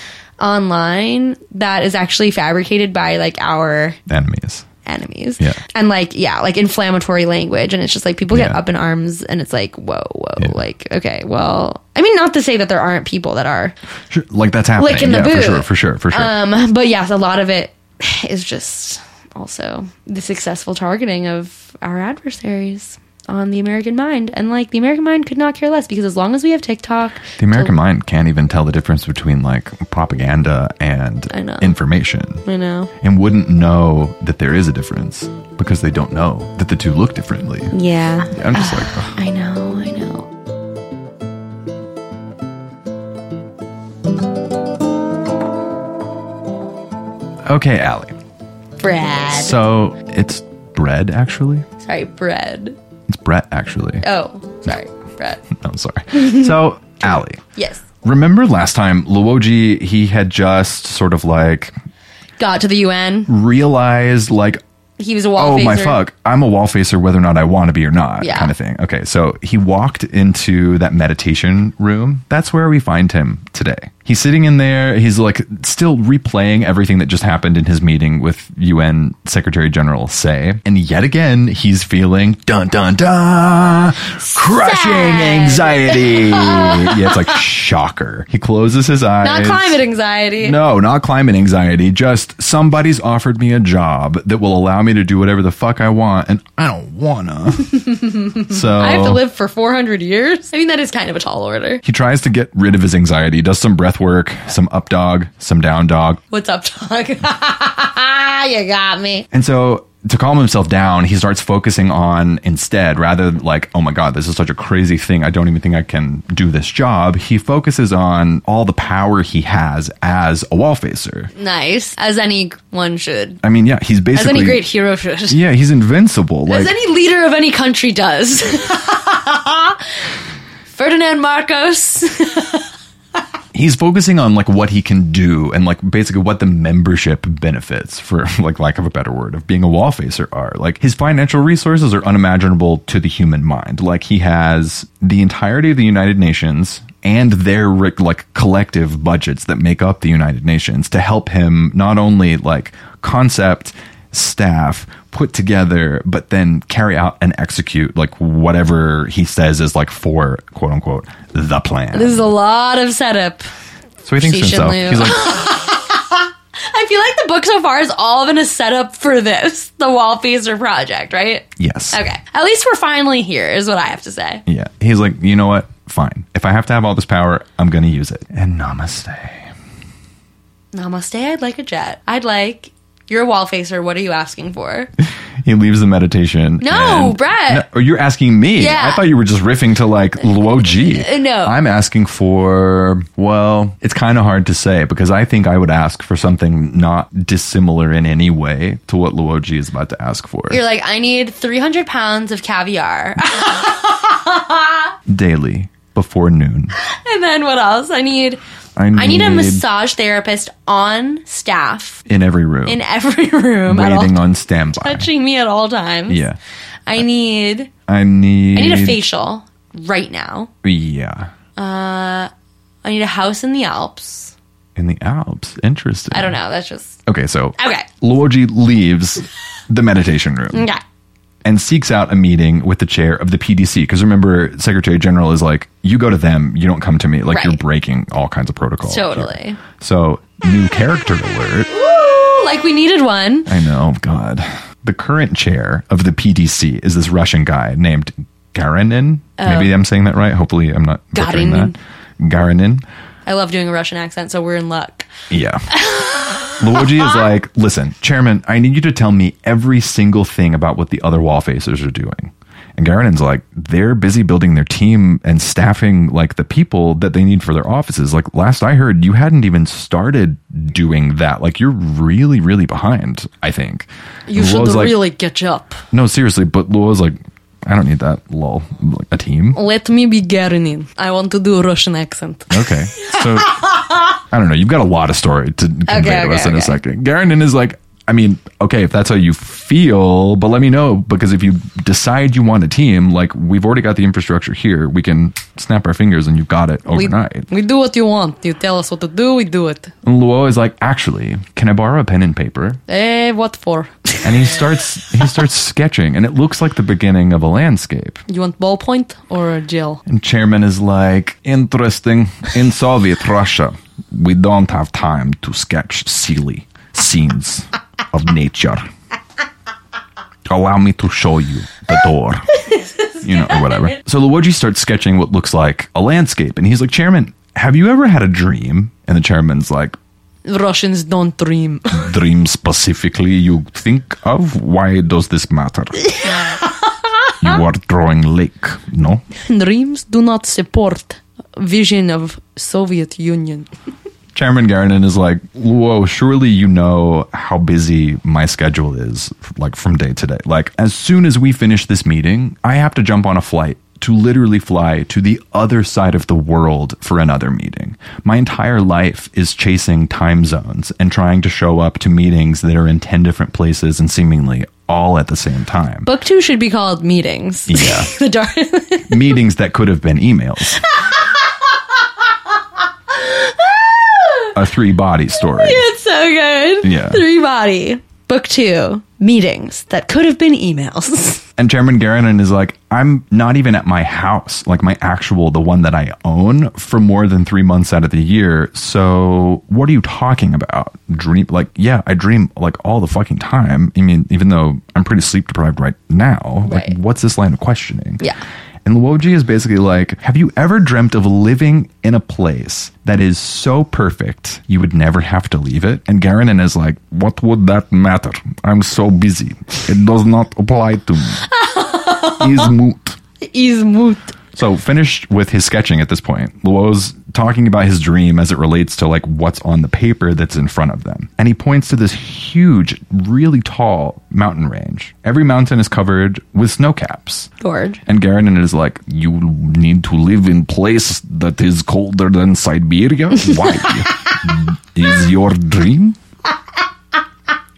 Speaker 1: online that is actually fabricated by like our
Speaker 3: enemies
Speaker 1: enemies.
Speaker 3: Yeah.
Speaker 1: And like, yeah, like inflammatory language. And it's just like people get
Speaker 3: Yeah.
Speaker 1: up in arms and it's like, whoa, whoa.
Speaker 3: Yeah.
Speaker 1: Like, okay, well, I mean, not to say that there aren't people that are,
Speaker 3: Sure, like that's happening
Speaker 1: Like in the
Speaker 3: yeah for
Speaker 1: boot.
Speaker 3: sure for sure for sure
Speaker 1: um, but yes, a lot of it is just also the successful targeting of our adversaries on the American mind. And like the American mind could not care less because as long as we have TikTok,
Speaker 3: The American mind can't even tell the difference between like propaganda and
Speaker 1: I know.
Speaker 3: information.
Speaker 1: you know,
Speaker 3: And wouldn't know that there is a difference because they don't know that the two look differently.
Speaker 1: yeah,
Speaker 3: I'm just like, ugh.
Speaker 1: I know, I know.
Speaker 3: okay, Allie.
Speaker 1: Bread.
Speaker 3: So it's bread, actually.
Speaker 1: sorry, bread.
Speaker 3: It's Brett, actually.
Speaker 1: Oh, sorry, bread.
Speaker 3: I'm sorry. So, Allie.
Speaker 1: Yes.
Speaker 3: Remember last time, Luoji, he had just sort of like
Speaker 1: Got to the UN.
Speaker 3: realized, like,
Speaker 1: He was a wall.
Speaker 3: oh my
Speaker 1: phaser.
Speaker 3: fuck i'm a wall facer whether or not i want to be or not
Speaker 1: Yeah.
Speaker 3: kind of thing okay so he walked into that meditation room that's where we find him today he's sitting in there he's like still replaying everything that just happened in his meeting with un secretary general say and yet again he's feeling dun dun dun crushing
Speaker 1: Sad.
Speaker 3: anxiety yeah it's like shocker he closes his eyes
Speaker 1: Not climate anxiety.
Speaker 3: no, not climate anxiety. Just somebody's offered me a job that will allow me to do whatever the fuck I want, and I don't wanna. so
Speaker 1: I have to live for 400 years. I mean, that is kind of a tall order.
Speaker 3: he tries to get rid of his anxiety. Does some breath work, some up dog, some down dog,
Speaker 1: What's up, dog? you got me.
Speaker 3: and so. To calm himself down, he starts focusing on instead, rather like, oh my God, this is such a crazy thing. I don't even think I can do this job. He focuses on all the power he has as a wall facer.
Speaker 1: Nice. As anyone should.
Speaker 3: I mean, yeah, he's
Speaker 1: As
Speaker 3: basically.
Speaker 1: any great hero should.
Speaker 3: Yeah, he's invincible. Like,
Speaker 1: As any leader of any country does. Ferdinand Marcos.
Speaker 3: he's focusing on like what he can do and like basically what the membership benefits for like lack of a better word of being a wall facer are like his financial resources are unimaginable to the human mind like he has the entirety of the united nations and their like collective budgets that make up the united nations to help him not only like concept staff put together but then carry out and execute like whatever he says is like for quote unquote the plan
Speaker 1: This is a lot of setup.
Speaker 3: so he thinks to
Speaker 1: Shishin
Speaker 3: himself
Speaker 1: Liu.
Speaker 3: he's like
Speaker 1: I feel like the book so far has all been a setup for this, the Wall Phaser project, right?
Speaker 3: yes
Speaker 1: Okay. At least we're finally here, is what I have to say.
Speaker 3: yeah he's like you know what fine if i have to have all this power i'm gonna use it and namaste
Speaker 1: Namaste, I'd like a jet. I'd like. You're a wall facer. What are you asking for?
Speaker 3: he leaves the meditation
Speaker 1: No,
Speaker 3: and-
Speaker 1: Brett.
Speaker 3: No, or you're asking me
Speaker 1: Yeah. Uh,
Speaker 3: i thought you were just riffing to like luo ji
Speaker 1: no.
Speaker 3: i'm asking for well it's kind of hard to say because i think i would ask for something not dissimilar in any way to what luo ji is about to ask for
Speaker 1: You're like, I need 300 pounds of caviar.
Speaker 3: daily before noon
Speaker 1: and then what else? I need.
Speaker 3: I need,
Speaker 1: I need a massage therapist on staff
Speaker 3: in every room
Speaker 1: in every room at all
Speaker 3: waiting on standby
Speaker 1: touching me at all times.
Speaker 3: yeah
Speaker 1: I need
Speaker 3: i need
Speaker 1: I need a facial right now.
Speaker 3: yeah
Speaker 1: I need a house in the Alps.
Speaker 3: in the Alps. Interesting.
Speaker 1: I don't know. That's just
Speaker 3: Okay, so
Speaker 1: Okay.
Speaker 3: Luoji leaves the meditation room
Speaker 1: okay.
Speaker 3: and seeks out a meeting with the chair of the PDC. Because remember, Secretary General is like, "You go to them, you don't come to me." Like you're
Speaker 1: Right.
Speaker 3: breaking all kinds of protocol. here."
Speaker 1: Totally.
Speaker 3: So new character alert.
Speaker 1: Woo! Like we needed one.
Speaker 3: I know. God, the current chair of the PDC is this Russian guy named Garanin. Maybe
Speaker 1: Oh.
Speaker 3: I'm saying that right. Hopefully, I'm not butchering that. Garanin.
Speaker 1: I love doing a Russian accent, so we're in luck.
Speaker 3: Yeah. Luigi is like, listen, Chairman, I need you to tell me every single thing about what the other wall facers are doing. And Garanin's like, they're busy building their team and staffing like the people that they need for their offices. Like last I heard, you hadn't even started doing that. Like you're really, really behind, I think. And Luo's like,
Speaker 1: catch up.
Speaker 3: No, seriously, but Luo's like, I don't need that, lol. Like, a team?
Speaker 1: Let me be Garanin. I want to do a Russian accent.
Speaker 3: Okay. So I don't know. You've got a lot of story to convey
Speaker 1: Okay,
Speaker 3: to
Speaker 1: okay,
Speaker 3: us in a
Speaker 1: okay.
Speaker 3: second. Garandon is like, I mean, okay, if that's how you feel, but let me know because if you decide you want a team, like we've already got the infrastructure here, we can snap our fingers and you've got it overnight.
Speaker 1: we do what you want. You tell us what to do, we do it.
Speaker 3: and Luo is like, actually, can I borrow a pen and paper?
Speaker 1: Eh, what for?
Speaker 3: And he starts he starts sketching, and it looks like the beginning of a landscape.
Speaker 1: You want ballpoint or gel?
Speaker 3: And chairman is like, interesting. In Soviet Russia, we don't have time to sketch silly scenes of nature. Allow me to show you the door. you know, or whatever. So Luoji starts sketching what looks like a landscape. And he's like, Chairman, have you ever had a dream? And the chairman's like,
Speaker 1: Russians don't dream.
Speaker 3: Dream specifically you think of? Why does this matter? you are drawing lake, no?
Speaker 1: Dreams do not support vision of Soviet Union.
Speaker 3: Chairman Garnon is like, whoa, surely you know how busy my schedule is, like from day to day. Like, as soon as we finish this meeting, I have to jump on a flight to literally fly to the other side of the world for another meeting. My entire life is chasing time zones and trying to show up to meetings that are in 10 different places and seemingly all at the same time.
Speaker 1: Book two should be called meetings.
Speaker 3: Yeah.
Speaker 1: the dark.
Speaker 3: meetings that could have been emails. a three body story.
Speaker 1: it's so good.
Speaker 3: Yeah.
Speaker 1: Three body. Book two. Meetings that could have been emails.
Speaker 3: And Chairman Garanin is like, I'm not even at my house, like my actual, the one that I own, for more than three months out of the year. So what are you talking about? Dream? Like, yeah, I dream like all the fucking time. I mean, even though I'm pretty sleep deprived right now, like,
Speaker 1: Right.
Speaker 3: what's this line of questioning?
Speaker 1: Yeah.
Speaker 3: And Luoji is basically like, Have you ever dreamt of living in a place that is so perfect you would never have to leave it? And Garanin is like, What would that matter? I'm so busy. It does not apply to me. Is moot.
Speaker 1: Is moot.
Speaker 3: So finished with his sketching at this point, Luo's talking about his dream as it relates to like what's on the paper that's in front of them. And he points to this huge, really tall mountain range. Every mountain is covered with snow caps.
Speaker 1: Gorge.
Speaker 3: And Garandon is like, You need to live in place that is colder than Siberia? Why? is your dream?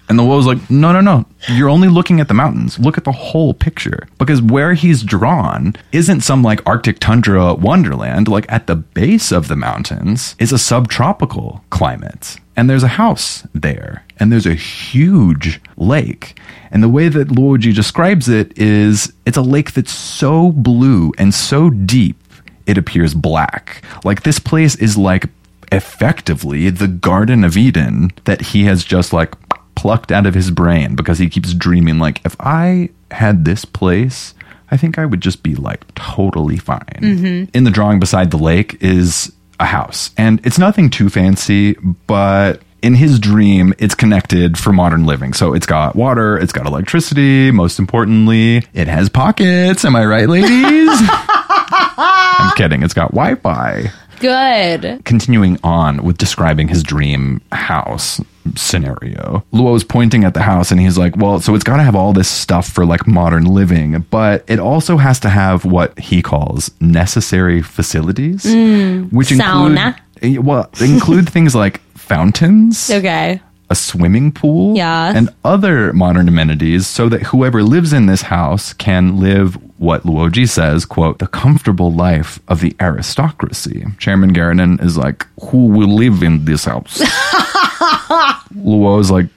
Speaker 3: And the woe is like, no, no, no. You're only looking at the mountains. Look at the whole picture. Because where he's drawn isn't some like Arctic tundra wonderland. Like at the base of the mountains is a subtropical climate. And there's a house there. And there's a huge lake. And the way that Luoji describes it is it's a lake that's so blue and so deep, it appears black. Like this place is like effectively the Garden of Eden that he has just like plucked out of his brain because he keeps dreaming like if i had this place i think i would just be like totally fine in the drawing beside the lake is a house and it's nothing too fancy but in his dream it's connected for modern living so it's got water it's got electricity most importantly it has pockets am i right ladies i'm kidding it's got wi-fi
Speaker 1: Good.
Speaker 3: continuing on with describing his dream house scenario. Luo's pointing at the house and he's like, "Well, so it's got to have all this stuff for like modern living, but it also has to have what he calls necessary facilities, which
Speaker 1: Sauna.
Speaker 3: include eh, well, include things like fountains,
Speaker 1: Okay.
Speaker 3: a swimming pool,
Speaker 1: Yes.
Speaker 3: and other modern amenities so that whoever lives in this house can live what Luoji says, quote, the comfortable life of the aristocracy. Chairman Garanin is like, who will live in this house? Luo's like,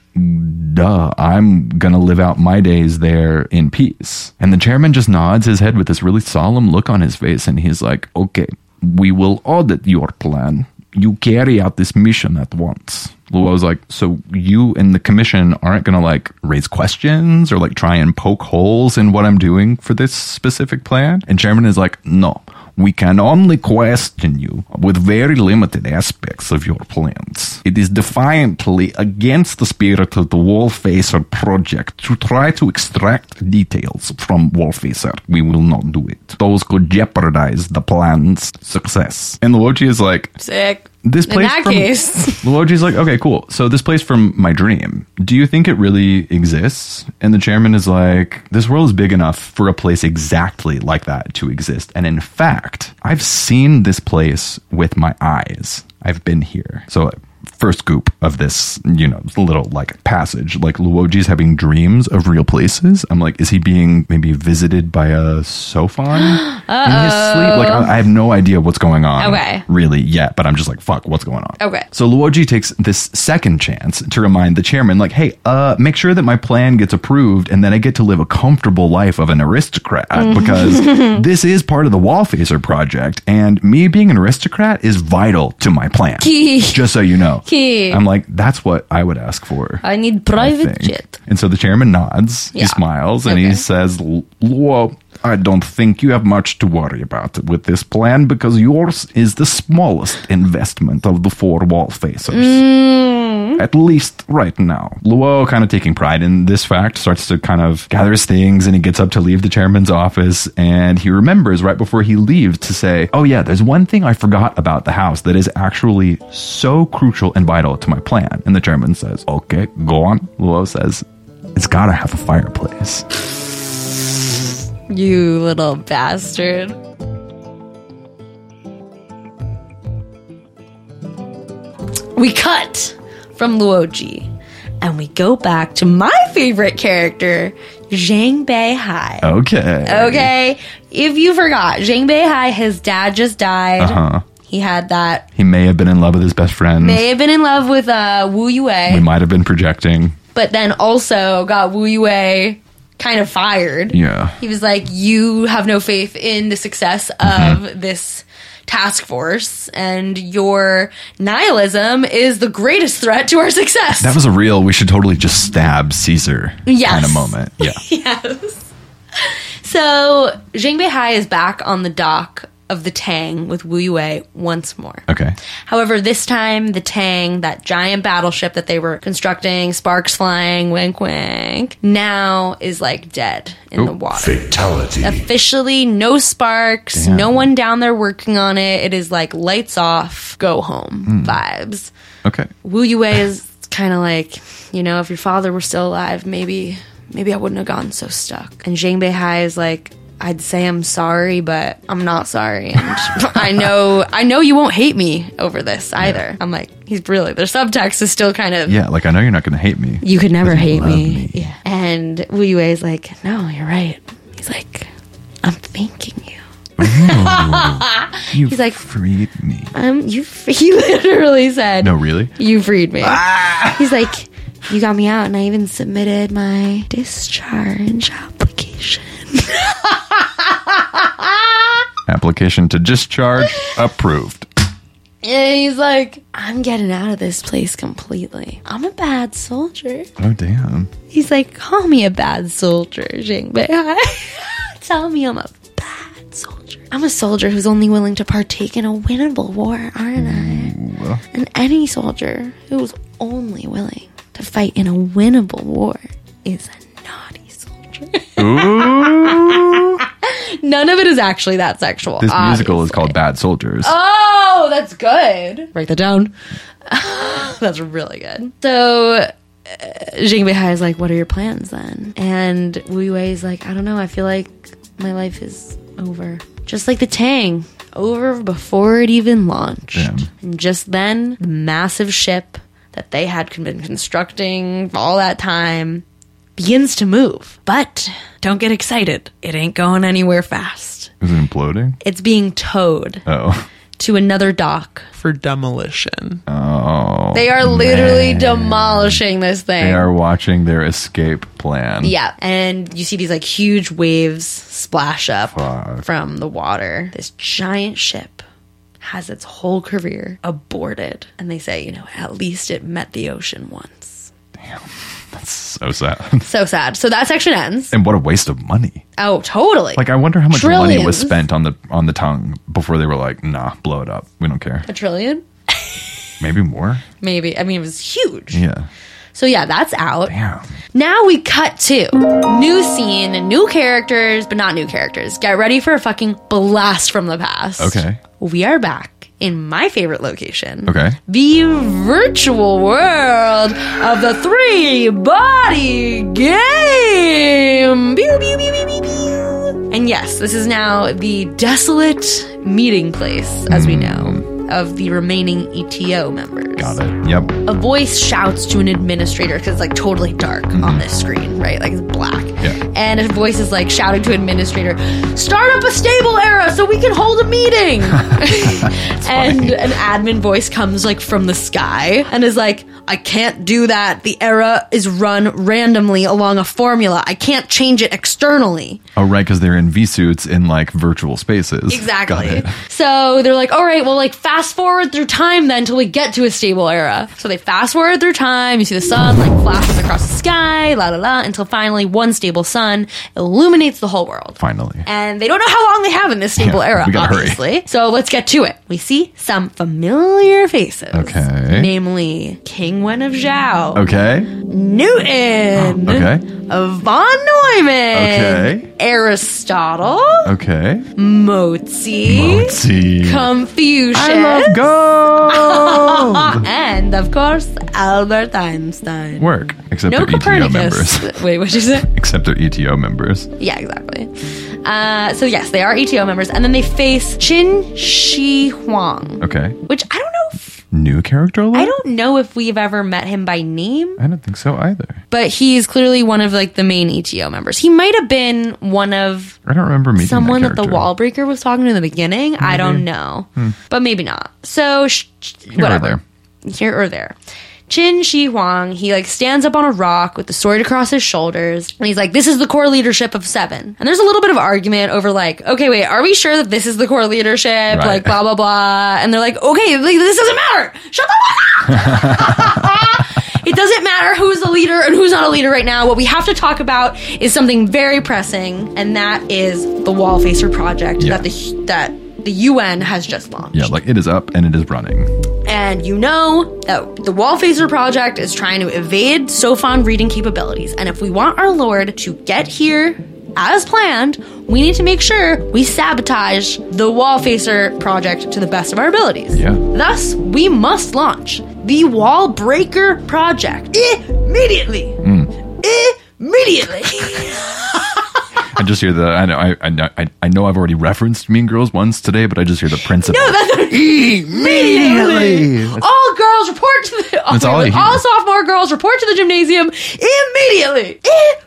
Speaker 3: duh, I'm gonna live out my days there in peace. And the chairman just nods his head with this really solemn look on his face and he's like, okay, we will audit your plan. You carry out this mission at once. Luo's like, so you and the commission aren't gonna like raise questions or like try and poke holes in what I'm doing for this specific plan? And chairman is like, no. We can only question you with very limited aspects of your plans. It is defiantly against the spirit of the Wallfacer project to try to extract details from Wallfacer. We will not do it. Those could jeopardize the plan's success. And Luoji is like,
Speaker 1: Sick.
Speaker 3: this
Speaker 1: In
Speaker 3: place
Speaker 1: that
Speaker 3: from
Speaker 1: case.
Speaker 3: Luoji's like, okay, cool. So this place from my dream, do you think it really exists? And the chairman is like, this world is big enough for a place exactly like that to exist. And in fact, I've seen this place with my eyes. I've been here. So uh, first scoop of this, you know, little like passage, like Luoji's having dreams of real places. I'm like, is he being maybe visited by a sophon in his sleep? Like, I, I have no idea what's going on
Speaker 1: Okay.
Speaker 3: really yet, but I'm just like, fuck, what's going on?
Speaker 1: Okay.
Speaker 3: So Luoji takes this second chance to remind the chairman, like, hey, uh, make sure that my plan gets approved and then I get to live a comfortable life of an aristocrat
Speaker 1: Mm-hmm.
Speaker 3: because this is part of the Wallfacer project and me being an aristocrat is vital to my plan.
Speaker 1: Key.
Speaker 3: Just so you know.
Speaker 1: Key.
Speaker 3: I'm like, that's what I would ask for.
Speaker 1: I need
Speaker 3: I
Speaker 1: private
Speaker 3: think.
Speaker 1: jet.
Speaker 3: And so the chairman nods,
Speaker 1: Yeah.
Speaker 3: he smiles, and he
Speaker 1: Okay.
Speaker 3: says, "L- Luo, I don't think you have much to worry about with this plan because yours is the smallest investment of the four wall facers. At least right now. Luo, kind of taking pride in this fact, starts to kind of gather his things and he gets up to leave the chairman's office. And he remembers right before he leaves to say, Oh, yeah, there's one thing I forgot about the house that is actually so crucial and vital to my plan. And the chairman says, Okay, go on. Luo says, It's gotta have a fireplace.
Speaker 1: You little bastard. We cut from Luoji and we go back to my favorite character, Zhang Beihai.
Speaker 3: Okay.
Speaker 1: Okay. If you forgot, Zhang Beihai, his dad just died.
Speaker 3: Uh-huh.
Speaker 1: He had that.
Speaker 3: He may have been in love with his best friend.
Speaker 1: May have been in love with uh, Wu Yue,
Speaker 3: We might have been projecting.
Speaker 1: but then also got Wu Yue kind of fired.
Speaker 3: Yeah.
Speaker 1: He was like, You have no faith in the success of
Speaker 3: Mm-hmm.
Speaker 1: this task force, and your nihilism is the greatest threat to our success.
Speaker 3: That was a real, we should totally just stab Caesar
Speaker 1: Yes.
Speaker 3: kind of moment. Yeah.
Speaker 1: yes. So Zhang Beihai is back on the dock of the Tang with Wu Yue once more.
Speaker 3: Okay.
Speaker 1: However, this time the Tang, that giant battleship that they were constructing, sparks flying, wink wink, now is like dead in the water.
Speaker 9: Fatality.
Speaker 1: Officially, no sparks, no one down there working on it. It is like lights off, go home vibes.
Speaker 3: Okay.
Speaker 1: Wu Yue is kind of like, you know, if your father were still alive, maybe maybe I wouldn't have gotten so stuck. And Zhang Beihai is like, I'd say I'm sorry, but I'm not sorry. And I know I know you won't hate me over this either. I'm like, he's really their subtext is still kind of
Speaker 3: Yeah, like I know you're not going to hate me.
Speaker 1: you could never
Speaker 3: Because you
Speaker 1: hate
Speaker 3: love
Speaker 1: me.
Speaker 3: me.
Speaker 1: Yeah. And Wu Yue is like, no, you're right. He's like, I'm thanking you.
Speaker 3: You
Speaker 1: He's like-
Speaker 3: freed me.
Speaker 1: Um, you. He literally said,
Speaker 3: No, really?
Speaker 1: You freed me. He's like, you got me out, and I even submitted my discharge application.
Speaker 3: Application to discharge approved.
Speaker 1: And he's like, I'm getting out of this place completely. I'm a bad soldier.
Speaker 3: Oh damn.
Speaker 1: He's like, call me a bad soldier, Jingbei. Tell me I'm a bad soldier. I'm a soldier who's only willing to partake in a winnable war, aren't I?
Speaker 3: Mm-hmm.
Speaker 1: And any soldier who's only willing to fight in a winnable war is a naughty soldier. None of it is actually that sexual.
Speaker 3: This musical is
Speaker 1: obviously.
Speaker 3: called Bad Soldiers.
Speaker 1: Uh, Oh, that's good. Write that down. that's really good. So, uh, Jing Beihai is like, "What are your plans then?" And Wu Wei is like, "I don't know. I feel like my life is over, just like the Tang, over before it even launched."
Speaker 3: Damn.
Speaker 1: And just then, the massive ship that they had been constructing for all that time begins to move. But don't get excited; it ain't going anywhere fast.
Speaker 3: Is it imploding?
Speaker 1: It's being towed
Speaker 3: Oh.
Speaker 1: to another dock.
Speaker 10: for demolition.
Speaker 3: Oh.
Speaker 1: They are literally demolishing this thing.
Speaker 3: They are watching their escape plan.
Speaker 1: Yeah, and you see these like huge waves splash up from the water. This giant ship has its whole career aborted, and they say, you know, at least it met the ocean once.
Speaker 3: So sad.
Speaker 1: So sad. So that section ends.
Speaker 3: and what a waste of money.
Speaker 1: Oh, totally.
Speaker 3: Like I wonder how much money
Speaker 1: Trillions.
Speaker 3: was spent on the on the tongue before they were like, nah, blow it up. We don't care.
Speaker 1: a trillion,
Speaker 3: Maybe more.
Speaker 1: maybe. I mean, it was huge.
Speaker 3: Yeah.
Speaker 1: So yeah, that's out.
Speaker 3: Damn.
Speaker 1: Now we cut to new scene, new characters, but not new characters. Get ready for a fucking blast from the past.
Speaker 3: Okay.
Speaker 1: We are back in my favorite location.
Speaker 3: Okay.
Speaker 1: The virtual world of the three body game. Pew, pew, pew, pew, pew, pew. And yes, this is now the desolate meeting place, as we know, of the remaining ETO members
Speaker 3: Hmm. Got it. Yep.
Speaker 1: a voice shouts to an administrator because it's like totally dark on this screen, right? Like it's black.
Speaker 3: Yeah.
Speaker 1: And a voice is like shouting to administrator, start up a stable era so we can hold a meeting. and an admin voice comes like from the sky and is like, I can't do that. The era is run randomly along a formula. I can't change it externally.
Speaker 3: Oh right, because they're in V suits in like virtual spaces. Got
Speaker 1: Exactly.
Speaker 3: it.
Speaker 1: So they're like, all right, well, like fast forward through time then until we get to a stable era. So they fast forward through time. You see the sun like flashes across the sky, la la la, until finally one stable sun illuminates the whole world.
Speaker 3: Finally.
Speaker 1: And they don't know how long they have in this stable
Speaker 3: Yeah,
Speaker 1: era,
Speaker 3: we gotta hurry.
Speaker 1: obviously. So let's get to it. We see some familiar faces.
Speaker 3: Okay.
Speaker 1: Namely, King Wen of Zhao,
Speaker 3: Okay.
Speaker 1: Newton,
Speaker 3: Okay.
Speaker 1: Von Neumann,
Speaker 3: Okay.
Speaker 1: Aristotle,
Speaker 3: Okay.
Speaker 1: Mozi,
Speaker 3: Let's see.
Speaker 1: Confucius. Ah,
Speaker 3: I love gold.
Speaker 1: and of course, Albert Einstein.
Speaker 3: Work. Except
Speaker 1: no
Speaker 3: they're ETO E members.
Speaker 1: Copernicus. Wait, what did you say?
Speaker 3: Except they're ETO members.
Speaker 1: Yeah, exactly. Uh, so yes, they are ETO members, and then they face Qin Shi Huang,
Speaker 3: Okay.
Speaker 1: which I don't know. If,
Speaker 3: New character alert?
Speaker 1: I don't know if we've ever met him by name,
Speaker 3: I don't think so either.
Speaker 1: but he is clearly one of like the main ETO members. He might have been one of
Speaker 3: I don't remember meeting
Speaker 1: someone
Speaker 3: that
Speaker 1: that, the
Speaker 3: character. Hmm.
Speaker 1: wall breaker was talking to in the beginning. I don't know, but maybe not. So sh- sh-
Speaker 3: or
Speaker 1: whatever, here or there. Qin Shi Huang, he like stands up on a rock with the sword across his shoulders, and he's like, "This is the core leadership of seven. And there's a little bit of argument over like, "Okay, wait, are we sure that this is the core leadership?" Like blah blah blah, and they're like, "Okay, like, this doesn't matter. Shut the fuck up." It doesn't matter who's the leader and who's not a leader right now. What we have to talk about is something very pressing, and that is the Wall Facer project
Speaker 3: Yeah.
Speaker 1: that the that the UN has just launched.
Speaker 3: Yeah, like it is up and it is running.
Speaker 1: And you know that the Wallfacer Project is trying to evade SOFON reading capabilities. And if we want our Lord to get here as planned, we need to make sure we sabotage the Wallfacer Project to the best of our abilities.
Speaker 3: Yeah.
Speaker 1: Thus, we must launch the Wall Breaker Project immediately. Immediately.
Speaker 3: I just hear the I know I, I know I, I know I've already referenced Mean Girls once today, but I just hear the principal.
Speaker 1: no, that's
Speaker 11: Immediately.
Speaker 1: all girls report to the
Speaker 3: That's all I hear.
Speaker 1: all sophomore girls report to the gymnasium immediately.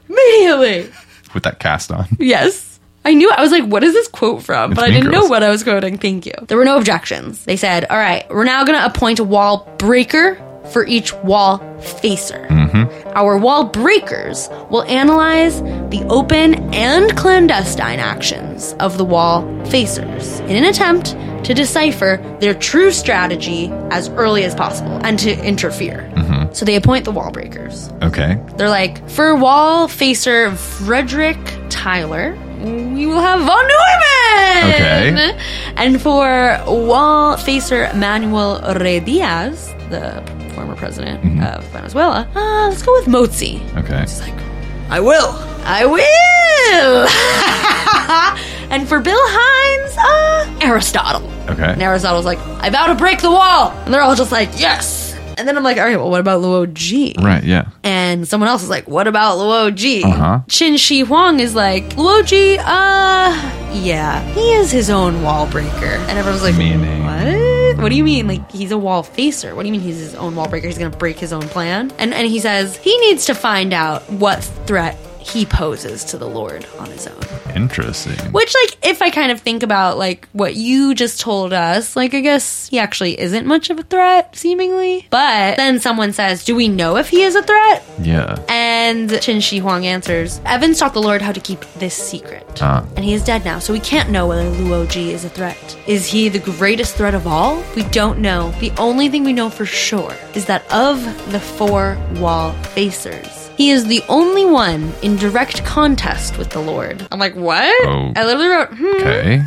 Speaker 1: Immediately.
Speaker 3: with that cast on.
Speaker 1: Yes. I knew I was like, what is this quote from?
Speaker 3: It's
Speaker 1: but I
Speaker 3: Mean
Speaker 1: didn't know
Speaker 3: Girls.
Speaker 1: what I was quoting. Thank you. There were no objections. They said, all right, we're now going to appoint a wall breaker for each wall facer.
Speaker 3: Mm-hmm.
Speaker 1: Our wall breakers will analyze the open and clandestine actions of the wall facers in an attempt to decipher their true strategy as early as possible and to interfere.
Speaker 3: Mm-hmm.
Speaker 1: So they appoint the wall breakers.
Speaker 3: Okay.
Speaker 1: They're like, for wall facer Frederick Tyler, we will have Von Neumann.
Speaker 3: Okay.
Speaker 1: And for wall facer Manuel Re Diaz, the former president of Venezuela, uh, let's go with Mozi.
Speaker 3: Mm-hmm. Okay.
Speaker 1: I will. I will. and for Bill Hines, uh, Aristotle. And
Speaker 3: Okay.
Speaker 1: Aristotle's like, I vow to break the wall. And they're all just like, yes. And then I'm like, all right, well, what about Luo G?
Speaker 3: Right. Yeah.
Speaker 1: And someone else is like, what about Luo Ji?
Speaker 3: Uh-huh.
Speaker 1: Chin Shi Huang is like, Luo Ji, uh, yeah, he is his own wall breaker. And everyone's like,
Speaker 3: Meaning?
Speaker 1: what? What do you mean? Like, he's a wall facer. What do you mean he's his own wall breaker? He's going to break his own plan? And, and he says he needs to find out what threat he poses to the Lord on his own.
Speaker 3: Interesting.
Speaker 1: Which, like, if I kind of think about, like, what you just told us, like, I guess he actually isn't much of a threat, seemingly. But then someone says, do we know if he is a threat?
Speaker 3: Yeah.
Speaker 1: And Chin Shi Huang answers, Evans taught the Lord how to keep this secret.
Speaker 3: Ah.
Speaker 1: And he is dead now, so we can't know whether Luo Ji is a threat. Is he the greatest threat of all? We don't know. The only thing we know for sure is that of the four wall facers, he is the only one in direct contest with the Lord. I'm like, what?
Speaker 3: Oh.
Speaker 1: I literally wrote, hmm.
Speaker 3: Okay.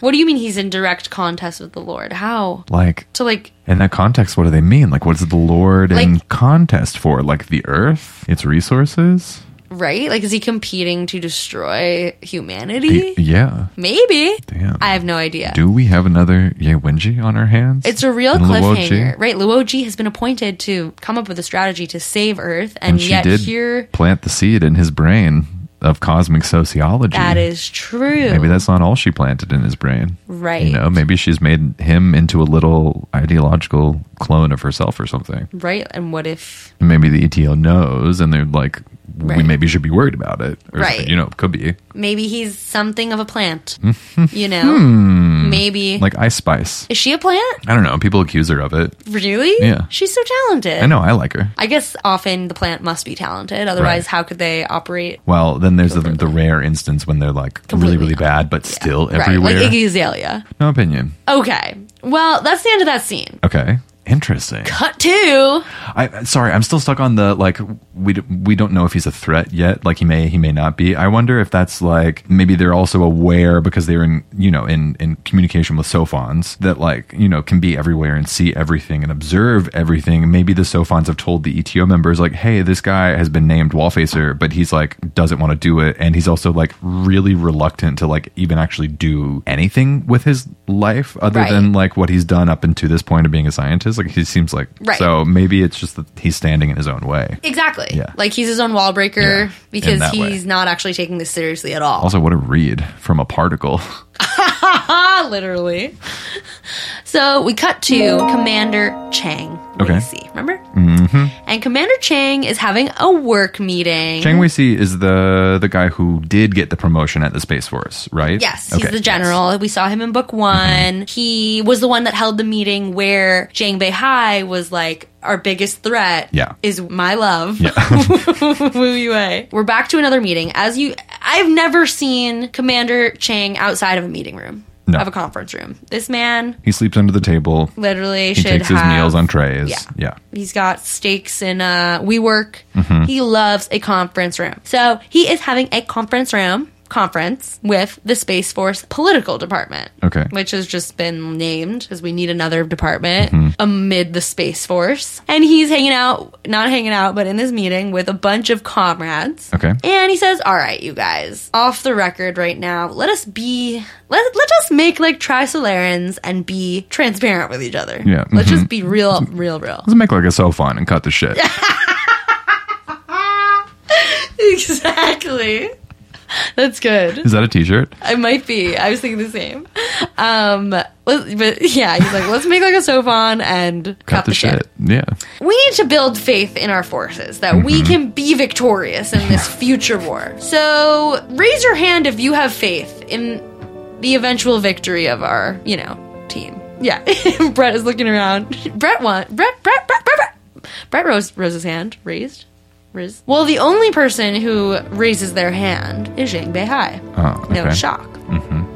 Speaker 1: What do you mean he's in direct contest with the Lord? How?
Speaker 3: Like
Speaker 1: So, like,
Speaker 3: in that context, what do they mean? Like, what's the Lord in
Speaker 1: Like-
Speaker 3: contest for? Like the Earth, its resources.
Speaker 1: right? Like, is he competing to destroy humanity?
Speaker 3: The- yeah.
Speaker 1: Maybe.
Speaker 3: Damn.
Speaker 1: I have no idea.
Speaker 3: Do we have another Ye Wenji on our hands?
Speaker 1: It's a real
Speaker 3: And Luo Ji?
Speaker 1: cliffhanger, right? Luoji has been appointed to come up with a strategy to save Earth, and,
Speaker 3: And she
Speaker 1: yet
Speaker 3: did
Speaker 1: here
Speaker 3: plant the seed in his brain of cosmic sociology.
Speaker 1: that is true.
Speaker 3: Maybe that's not all she planted in his brain.
Speaker 1: Right.
Speaker 3: You know, maybe she's made him into a little ideological clone of herself or something.
Speaker 1: right. And what if?
Speaker 3: And Maybe the ETO knows and they're like, we
Speaker 1: Right.
Speaker 3: maybe should be worried about it. Or,
Speaker 1: Right.
Speaker 3: You know, could be.
Speaker 1: Maybe he's something of a plant. you know, maybe
Speaker 3: Hmm. Like Ice Spice.
Speaker 1: is she a plant?
Speaker 3: I don't know. People accuse her of it.
Speaker 1: Really?
Speaker 3: Yeah.
Speaker 1: She's so talented.
Speaker 3: I know. I like her.
Speaker 1: I guess often the plant must be talented. Otherwise,
Speaker 3: Right.
Speaker 1: how could they operate?
Speaker 3: Well, then there's the, the rare instance when they're like
Speaker 1: Completely
Speaker 3: really, really bad, but still everywhere.
Speaker 1: Right. Like Iggy Azalea.
Speaker 3: no opinion.
Speaker 1: Okay. Well, that's the end of that scene.
Speaker 3: Okay. Interesting.
Speaker 1: Cut two.
Speaker 3: I sorry, I'm still stuck on the like we d- we don't know if he's a threat yet. Like he may he may not be. I wonder if that's like maybe they're also aware because they're in you know in in communication with Sophons that like you know can be everywhere and see everything and observe everything. Maybe the Sophons have told the ETO members like, hey, this guy has been named Wallfacer, but he's like doesn't want to do it, and he's also like really reluctant to like even actually do anything with his life other
Speaker 1: Right.
Speaker 3: than like what he's done up until this point of being a scientist. Like he seems like
Speaker 1: Right.
Speaker 3: so maybe it's just that he's standing in his own way.
Speaker 1: Exactly.
Speaker 3: Yeah.
Speaker 1: Like he's his own wall breaker
Speaker 3: Yeah, in
Speaker 1: because
Speaker 3: that way.
Speaker 1: he's not actually taking this seriously at all.
Speaker 3: Also, what a read from a particle. Oh.
Speaker 1: Ah, literally. So we cut to Commander Chang.
Speaker 3: Okay.
Speaker 1: Lacey, remember? Mm-hmm. And Commander Chang is having a work meeting.
Speaker 3: Chang Wei-si is the the guy who did get the promotion at the Space Force, right?
Speaker 1: Yes,
Speaker 3: Okay, Mm-hmm.
Speaker 1: he's the general. We saw him in book one. He was the one that held the meeting where Jang Beihai was like, our biggest threat
Speaker 3: Yeah.
Speaker 1: is my love.
Speaker 3: yes. Yeah.
Speaker 1: Wu Yue. We're back to another meeting. As you, I've never seen Commander Chang outside of a meeting room.
Speaker 3: No.
Speaker 1: Of a conference room. This man
Speaker 3: he sleeps under the table.
Speaker 1: literally
Speaker 3: He
Speaker 1: should
Speaker 3: takes
Speaker 1: have
Speaker 3: his meals on trays.
Speaker 1: Yeah.
Speaker 3: yeah.
Speaker 1: He's got stakes in
Speaker 3: Mm-hmm.
Speaker 1: uh WeWork. He loves a conference room. So he is having a conference room conference with the Space Force Political Department.
Speaker 3: Okay.
Speaker 1: Which has just been named as we need another department
Speaker 3: Mm-hmm.
Speaker 1: amid the Space Force. And he's hanging out, not hanging out, but in this meeting with a bunch of comrades.
Speaker 3: Okay.
Speaker 1: And he says, "All right, you guys, off the record right now. Let us be let let us make like Trisolarans and be transparent with each other.
Speaker 3: Yeah,
Speaker 1: Let's
Speaker 3: mhm.
Speaker 1: just be real, real, real.
Speaker 3: Let's make like a cell phone and cut the shit.
Speaker 1: exactly. That's good.
Speaker 3: Is that a T-shirt?
Speaker 1: I might be. I was thinking the same. Um, let- but yeah, he's like, let's make like a sofon and cut,
Speaker 3: Cut the, shit. Yeah.
Speaker 1: We need to build faith in our forces that we
Speaker 3: Mm-hmm.
Speaker 1: can be victorious in this future war. So raise your hand if you have faith in the eventual victory of our, you know, team. Yeah, Brett is looking around. Brett want Brett Brett Brett Brett Brett. Brett rose Rose's hand raised. Riz. Well, the only person who raises their hand is Zhang Beihai.
Speaker 3: Oh, okay.
Speaker 1: No shock.